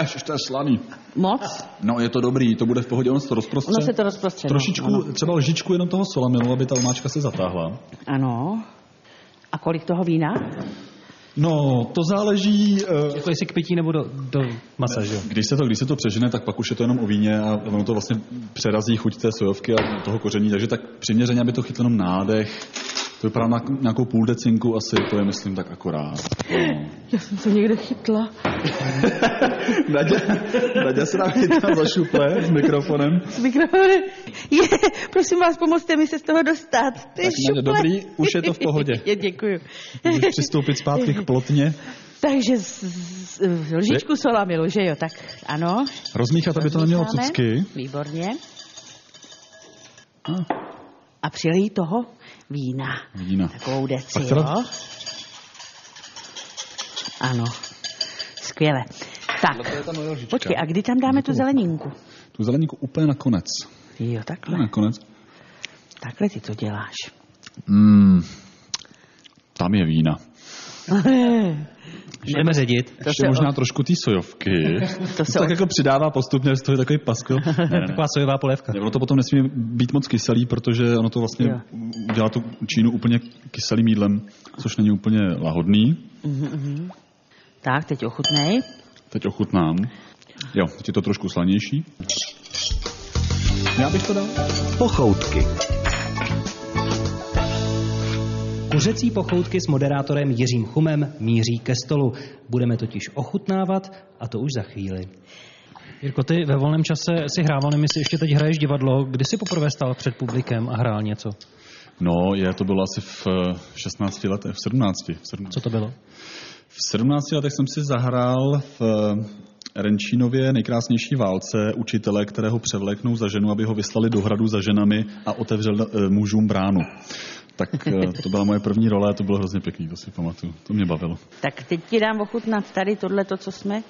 [SPEAKER 2] Ježiš, to je slaný.
[SPEAKER 4] Moc?
[SPEAKER 2] No, je to dobrý, to bude v pohodě, ono se to rozprostře.
[SPEAKER 4] Ono se to rozprostře. no,
[SPEAKER 2] Trošičku,
[SPEAKER 4] Ano.
[SPEAKER 2] třeba lžičku jenom toho solamilu, aby ta omáčka se zatáhla.
[SPEAKER 4] ano. A kolik toho vína?
[SPEAKER 2] No, to záleží... eh,
[SPEAKER 3] Jako jestli k pití nebo do, do masa, že jo?
[SPEAKER 2] Když se, to, když se to přežene, tak pak už je to jenom o víně a ono to vlastně přerazí chuť té sojovky a toho koření, takže tak přiměřeně, aby to chytlo jenom nádech. To vypadá na nějakou půl decinku asi, to je myslím tak akorát. No.
[SPEAKER 4] Já jsem to někde chytla.
[SPEAKER 2] Naděja, Naděja se nám chytá za šuple s mikrofonem.
[SPEAKER 4] S mikrofonem. Je, prosím vás, pomozte mi se z toho dostat. Ty
[SPEAKER 2] Tak, Nadějo,
[SPEAKER 4] šuple.
[SPEAKER 2] dobrý, už je to v pohodě.
[SPEAKER 4] Je, děkuji.
[SPEAKER 2] Můžeš přistoupit zpátky k plotně,
[SPEAKER 4] Takže z, z, lžičku solamilu, že jo? Tak ano.
[SPEAKER 2] rozmíchat, aby to nemělo
[SPEAKER 4] Rozmícháme.
[SPEAKER 2] cucky. Ah.
[SPEAKER 4] Výborně. A přilej toho vína.
[SPEAKER 2] Vína.
[SPEAKER 4] Takovou deci,
[SPEAKER 2] Tak teda-
[SPEAKER 4] jo? Ano. Skvěle.
[SPEAKER 2] No,
[SPEAKER 4] Tak, počkej, a kdy tam dáme tu zeleninku?
[SPEAKER 2] Tu zeleninku úplně nakonec.
[SPEAKER 4] Jo, takhle.
[SPEAKER 2] Úplně nakonec.
[SPEAKER 4] Takhle ty to děláš.
[SPEAKER 2] Mm, tam je vína.
[SPEAKER 3] Jdeme ředit.
[SPEAKER 4] To
[SPEAKER 2] Ještě
[SPEAKER 4] se
[SPEAKER 2] možná trošku té sojovky.
[SPEAKER 4] To
[SPEAKER 2] To
[SPEAKER 4] se
[SPEAKER 2] se tak
[SPEAKER 4] od-
[SPEAKER 2] jako přidává postupně, z toho je takový paskvil. Ne, ne, ne.
[SPEAKER 3] Taková sojová polévka.
[SPEAKER 2] Ono to potom nesmí být moc kyselý, protože ono to vlastně
[SPEAKER 4] Jo.
[SPEAKER 2] udělá tu Čínu úplně kyselým jídlem, což není úplně lahodný.
[SPEAKER 4] Tak, teď ochutnej.
[SPEAKER 2] Teď ochutnám. Jo, teď je to trošku slanější. Já bych to dal.
[SPEAKER 1] Pochoutky.
[SPEAKER 3] Kuřecí pochoutky s moderátorem Jiřím Chumem míří ke stolu. Budeme totiž ochutnávat a to už za chvíli. Jirko, ty ve volném čase si hrával, nevím, jestli ještě teď hraješ divadlo. Kdy jsi poprvé stál před publikem a hrál něco?
[SPEAKER 2] No, je, to bylo asi v eh, 16 letech, v 17. V 17.
[SPEAKER 3] Co to bylo?
[SPEAKER 2] V 17 letech jsem si zahrál v eh, Renčínově nejkrásnější válce učitele, kterého převléknou za ženu, aby ho vyslali do hradu za ženami a otevřel eh, mužům bránu. Tak eh, to byla moje první role a to bylo hrozně pěkný, to si pamatuju. To mě bavilo.
[SPEAKER 4] Tak teď ti dám ochutnat tady tohle, to, co jsme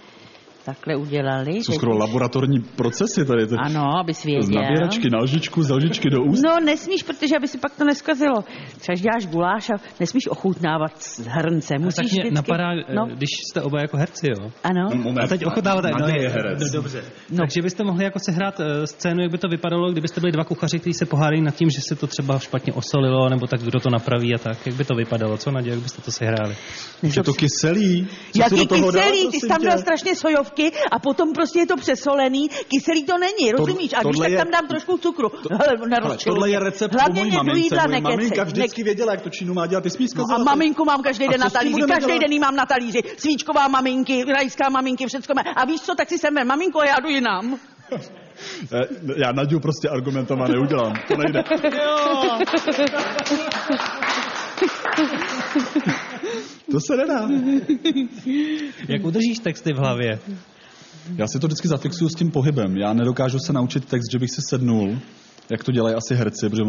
[SPEAKER 4] takhle udělali.
[SPEAKER 2] Jsou
[SPEAKER 4] Teď-
[SPEAKER 2] skoro laboratorní procesy tady. To,
[SPEAKER 4] Ano, abys
[SPEAKER 2] z
[SPEAKER 4] věděl.
[SPEAKER 2] nabíračky na lžičku, z lžičky do úst.
[SPEAKER 4] No, nesmíš, protože aby si pak to neskazilo. Třeba když děláš guláš a nesmíš ochutnávat z hrnce. Musíš
[SPEAKER 3] tak mě
[SPEAKER 4] vždycky...
[SPEAKER 3] napadá,
[SPEAKER 4] No,
[SPEAKER 3] no. když jste oba jako herci, jo?
[SPEAKER 4] ano.
[SPEAKER 3] A teď ochutnáváte. No,
[SPEAKER 2] Naděje
[SPEAKER 3] je-
[SPEAKER 2] herec.
[SPEAKER 3] no, dobře. No. Takže byste mohli jako se hrát scénu, jak by to vypadalo, kdybyste byli dva kuchaři, kteří se pohádají nad tím, že se to třeba špatně osolilo, nebo tak kdo to napraví a tak. Jak by to vypadalo? Co Naděje, jak byste to sehráli?
[SPEAKER 2] Už je to kyselý. Co jsi
[SPEAKER 4] Jaký
[SPEAKER 2] do toho dala,
[SPEAKER 4] kyselý, ty
[SPEAKER 2] prosím
[SPEAKER 4] jsi tam dal
[SPEAKER 2] tě?
[SPEAKER 4] strašně sojovky a potom prostě je to přesolený. Kyselý to není, rozumíš? A když
[SPEAKER 2] tohle
[SPEAKER 4] tak
[SPEAKER 2] je-
[SPEAKER 4] tam dám trošku cukru. Hele, na
[SPEAKER 2] Ale
[SPEAKER 4] rozčilu.
[SPEAKER 2] tohle je recept
[SPEAKER 4] Hlavně
[SPEAKER 2] po mojí
[SPEAKER 4] mě do
[SPEAKER 2] mamince.
[SPEAKER 4] jídla
[SPEAKER 2] Moje
[SPEAKER 4] nekecej.
[SPEAKER 2] maminka
[SPEAKER 4] Ne-
[SPEAKER 2] vždycky věděla, jak to čínu má dělat. Ty jsi mi
[SPEAKER 4] No a maminku mám každý
[SPEAKER 2] A
[SPEAKER 4] den
[SPEAKER 2] co
[SPEAKER 4] na
[SPEAKER 2] s tím
[SPEAKER 4] talíři,
[SPEAKER 2] budeme
[SPEAKER 4] každý
[SPEAKER 2] dělat?
[SPEAKER 4] den jí mám na talíři. Svíčková maminky, rajská maminky, všecko má. A víš co, tak si sem ven, maminko, já jdu jinam.
[SPEAKER 2] Eh, Já Naďu prostě argumentama neudělám. To nejde. To se nedá.
[SPEAKER 3] Jak udržíš texty v hlavě?
[SPEAKER 2] Já si to vždycky zafixuju s tím pohybem. Já nedokážu se naučit text, že bych si sednul, jak to dělají asi herci, protože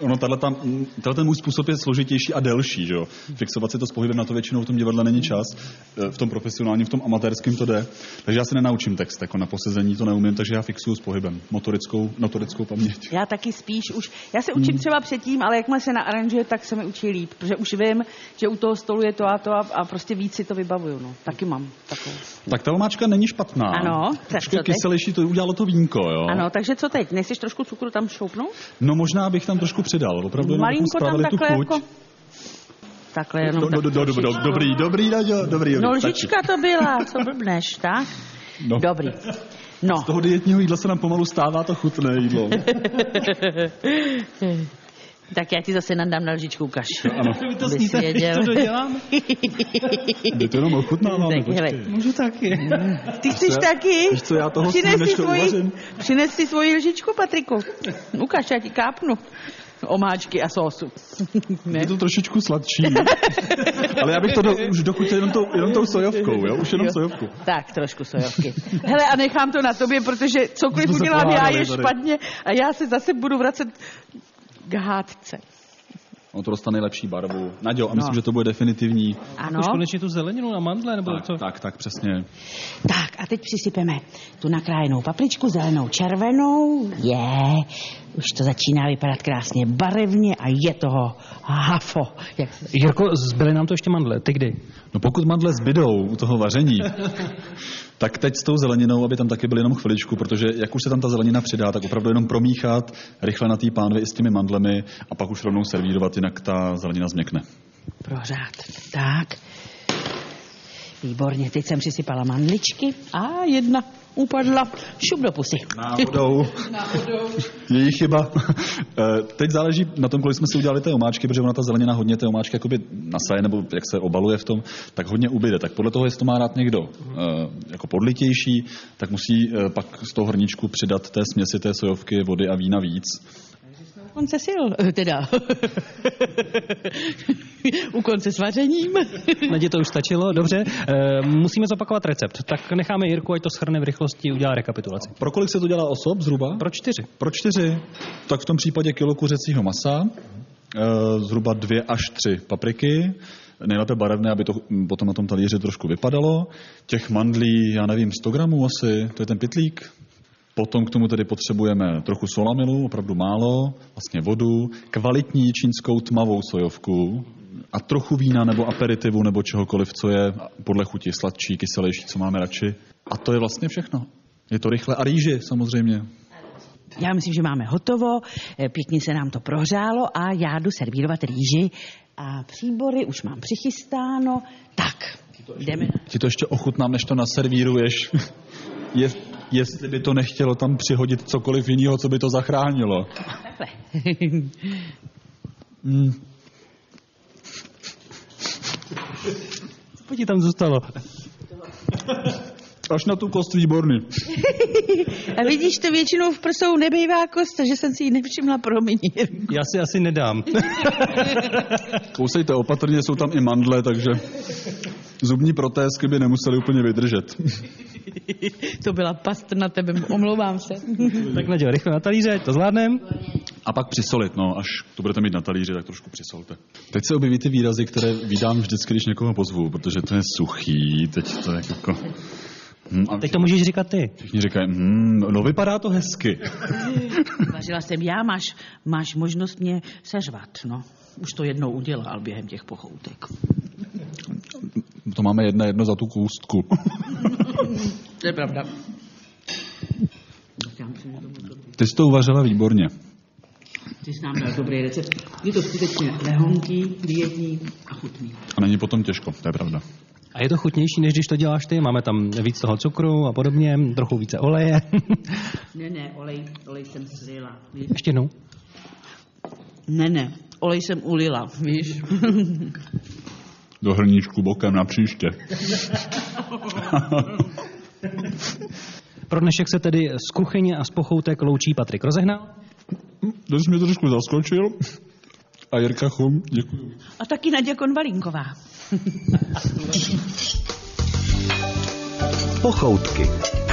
[SPEAKER 2] ono tato, tam, tato ten můj způsob je složitější a delší, že jo. Fixovat si to s pohybem na to většinou v tom divadle není čas, eh, v tom profesionálním, v tom amatérském to jde. Takže já se nenaučím text, jako na posezení to neumím, takže já fixuju s pohybem, motorickou, motorickou paměť.
[SPEAKER 4] Já taky spíš už. Já se učím třeba předtím, ale jakmile se naaranžuje, tak se mi učí líp, protože už vím, že u toho stolu je to a to a, a prostě víc si to vybavuju. No. Taky mám takovou.
[SPEAKER 2] Tak ta omáčka není špatná.
[SPEAKER 4] Ano, tak
[SPEAKER 2] Trošku
[SPEAKER 4] co
[SPEAKER 2] je
[SPEAKER 4] teď?
[SPEAKER 2] kyselější, to udělalo to vínko, jo.
[SPEAKER 4] Ano, takže co teď? Nechceš trošku cukru tam šoupnout?
[SPEAKER 2] No možná bych tam trošku přidal, opravdu jenom bychom
[SPEAKER 4] Malinko tam
[SPEAKER 2] spravili tu
[SPEAKER 4] takhle
[SPEAKER 2] chuť. No,
[SPEAKER 4] jako... Takhle jenom
[SPEAKER 2] Do, do, do,
[SPEAKER 4] tak
[SPEAKER 2] do, do,
[SPEAKER 4] trošičku.
[SPEAKER 2] do, dobrý, dobrý, Naďo, dobrý.
[SPEAKER 4] No
[SPEAKER 2] dobrý, stačí.
[SPEAKER 4] lžička to byla, co blbneš, tak?
[SPEAKER 2] No.
[SPEAKER 4] Dobrý. No,
[SPEAKER 2] Z toho dietního jídla se nám pomalu stává to chutné jídlo.
[SPEAKER 4] Tak já ti zase nadám na lžičku kaši.
[SPEAKER 2] Ano.
[SPEAKER 3] Vy to
[SPEAKER 4] Abys
[SPEAKER 3] sníte,
[SPEAKER 4] věděl.
[SPEAKER 3] to dodělám?
[SPEAKER 2] My to jenom ochutnáváme,
[SPEAKER 4] Tak, hele,
[SPEAKER 2] počkej.
[SPEAKER 3] Můžu taky.
[SPEAKER 4] Ty chceš
[SPEAKER 2] se-
[SPEAKER 4] taky?
[SPEAKER 2] víš co, já toho
[SPEAKER 4] Přines
[SPEAKER 2] sním,
[SPEAKER 4] si
[SPEAKER 2] než to
[SPEAKER 4] svoji,
[SPEAKER 2] uvařím.
[SPEAKER 4] Přines si svoji lžičku, Patriku. Ukaž, já ti kápnu. Omáčky a sósu.
[SPEAKER 2] Je to trošičku sladší. Ale já bych to do, už dochutě jenom tou, jenom tou sojovkou, jo? Už jenom
[SPEAKER 4] Jo.
[SPEAKER 2] sojovku.
[SPEAKER 4] Tak, trošku sojovky. Hele, a nechám to na tobě, protože cokoliv
[SPEAKER 2] Jsme se
[SPEAKER 4] udělám já je
[SPEAKER 2] pohádali tady.
[SPEAKER 4] špatně a já se zase budu vracet k hádce.
[SPEAKER 2] Ono No, to dostane nejlepší barvu. Naďo, a myslím,
[SPEAKER 4] No.
[SPEAKER 2] že to bude definitivní.
[SPEAKER 4] Ano.
[SPEAKER 3] Už konečně tu zeleninu na mandle, nebo
[SPEAKER 2] Tak,
[SPEAKER 3] co?
[SPEAKER 2] tak, tak, přesně.
[SPEAKER 7] Tak a teď přisypeme tu nakrájenou papričku, zelenou, červenou. Je, už to začíná vypadat krásně barevně a je toho hafo. Jak se...
[SPEAKER 3] Jirko, zbyly nám to ještě mandle, ty kdy?
[SPEAKER 2] No pokud mandle zbydou u toho vaření, tak teď s tou zeleninou, aby tam taky byly jenom chviličku, protože jak už se tam ta zelenina přidá, tak opravdu jenom promíchat rychle na té pánvi i s těmi mandlemi a pak už rovnou servírovat, jinak ta zelenina změkne.
[SPEAKER 7] Prořád. Tak. Výborně, teď jsem přisypala mandličky.
[SPEAKER 4] A jedna upadla.
[SPEAKER 7] Šup do pusy.
[SPEAKER 2] Náhodou. Její chyba. Eh, Teď záleží na tom, kolik jsme si udělali té omáčky, protože ona ta zelenina hodně té omáčky jakoby nasaje, nebo jak se obaluje v tom, tak hodně ubyde. Tak podle toho, jestli to má rád někdo eh, jako podlitější, tak musí eh, pak z toho hrničku přidat té směsi té sojovky, vody a vína víc.
[SPEAKER 4] U konce sil, eh, teda. U konce s vařením.
[SPEAKER 3] Nadě to už stačilo, dobře. E, musíme zopakovat recept. Tak necháme Jirku, ať to shrne v rychlosti, udělá rekapitulaci.
[SPEAKER 2] Pro kolik se to dělá osob zhruba?
[SPEAKER 3] Pro čtyři.
[SPEAKER 2] Pro čtyři. Tak v tom případě kilo kuřecího masa, eh, zhruba dvě až tři papriky, nejlépe barevné, aby to hm, potom na tom talíři trošku vypadalo. Těch mandlí, já nevím, 100 gramů asi, to je ten pitlík. Potom k tomu tedy potřebujeme trochu solamilu, opravdu málo, vlastně vodu, kvalitní čínskou tmavou sojovku a trochu vína nebo aperitivu nebo čehokoliv, co je podle chuti sladší, kyselější, co máme radši. A to je vlastně všechno. Je to rychle a rýži samozřejmě.
[SPEAKER 7] Já myslím, že máme hotovo, eh, pěkně se nám to prohřálo a já jdu servírovat rýži a příbory už mám přichystáno. Tak, jdeme.
[SPEAKER 2] Ti to ještě ochutnám, než to naservíruješ. Je, jestli by to nechtělo tam přihodit cokoliv jiného, co by to zachránilo.
[SPEAKER 7] Takhle.
[SPEAKER 2] Hmm,
[SPEAKER 3] Co ti tam zůstalo?
[SPEAKER 2] Až na tu kost výborný.
[SPEAKER 4] A vidíš, to většinou v prsou nebývá kost, takže jsem si ji nevšimla, promiň.
[SPEAKER 3] Já si asi nedám.
[SPEAKER 2] Kousejte opatrně, jsou tam i mandle, takže zubní protézky by nemuseli úplně vydržet.
[SPEAKER 4] To byla past na tebe, omlouvám se.
[SPEAKER 3] tak Nadě, rychle na talíře, ať to zvládnem.
[SPEAKER 2] A pak přisolit, no, až to budete mít na talíři, tak trošku přisolte. Teď se objeví ty výrazy, které vydám vždycky, když někoho pozvu, protože to je suchý, teď to je jako... Hm, a
[SPEAKER 3] Teď to můžeš říkat ty.
[SPEAKER 2] všichni říkají, hm, no vypadá to hezky.
[SPEAKER 7] Vařila jsem já, máš, máš možnost mě seřvat, no. Už to jednou udělal během těch pochoutek.
[SPEAKER 2] To máme jedna jedno za tu kůstku.
[SPEAKER 7] To je pravda.
[SPEAKER 2] Ty jsi to uvařila výborně.
[SPEAKER 7] Ty jsi nám dal dobrý recept. Je to skutečně lehonký, dietní a chutný.
[SPEAKER 2] A není potom těžko, to je pravda.
[SPEAKER 3] A je to chutnější, než když to děláš ty. Máme tam víc toho cukru a podobně, trochu více oleje.
[SPEAKER 7] Ne, ne, olej, olej jsem zlila. víš.
[SPEAKER 3] Ještě jednou.
[SPEAKER 7] Ne, ne, olej jsem ulila, víš.
[SPEAKER 2] Do hrníčku bokem na příště.
[SPEAKER 3] Pro dnešek se tedy z kuchyně a z pochoutek loučí Patrik Rozehnal.
[SPEAKER 2] To jsi mě trošku zaskočil. A Jirka Chum, děkuji.
[SPEAKER 7] A taky Naděja Konvalinková.
[SPEAKER 1] Pochoutky.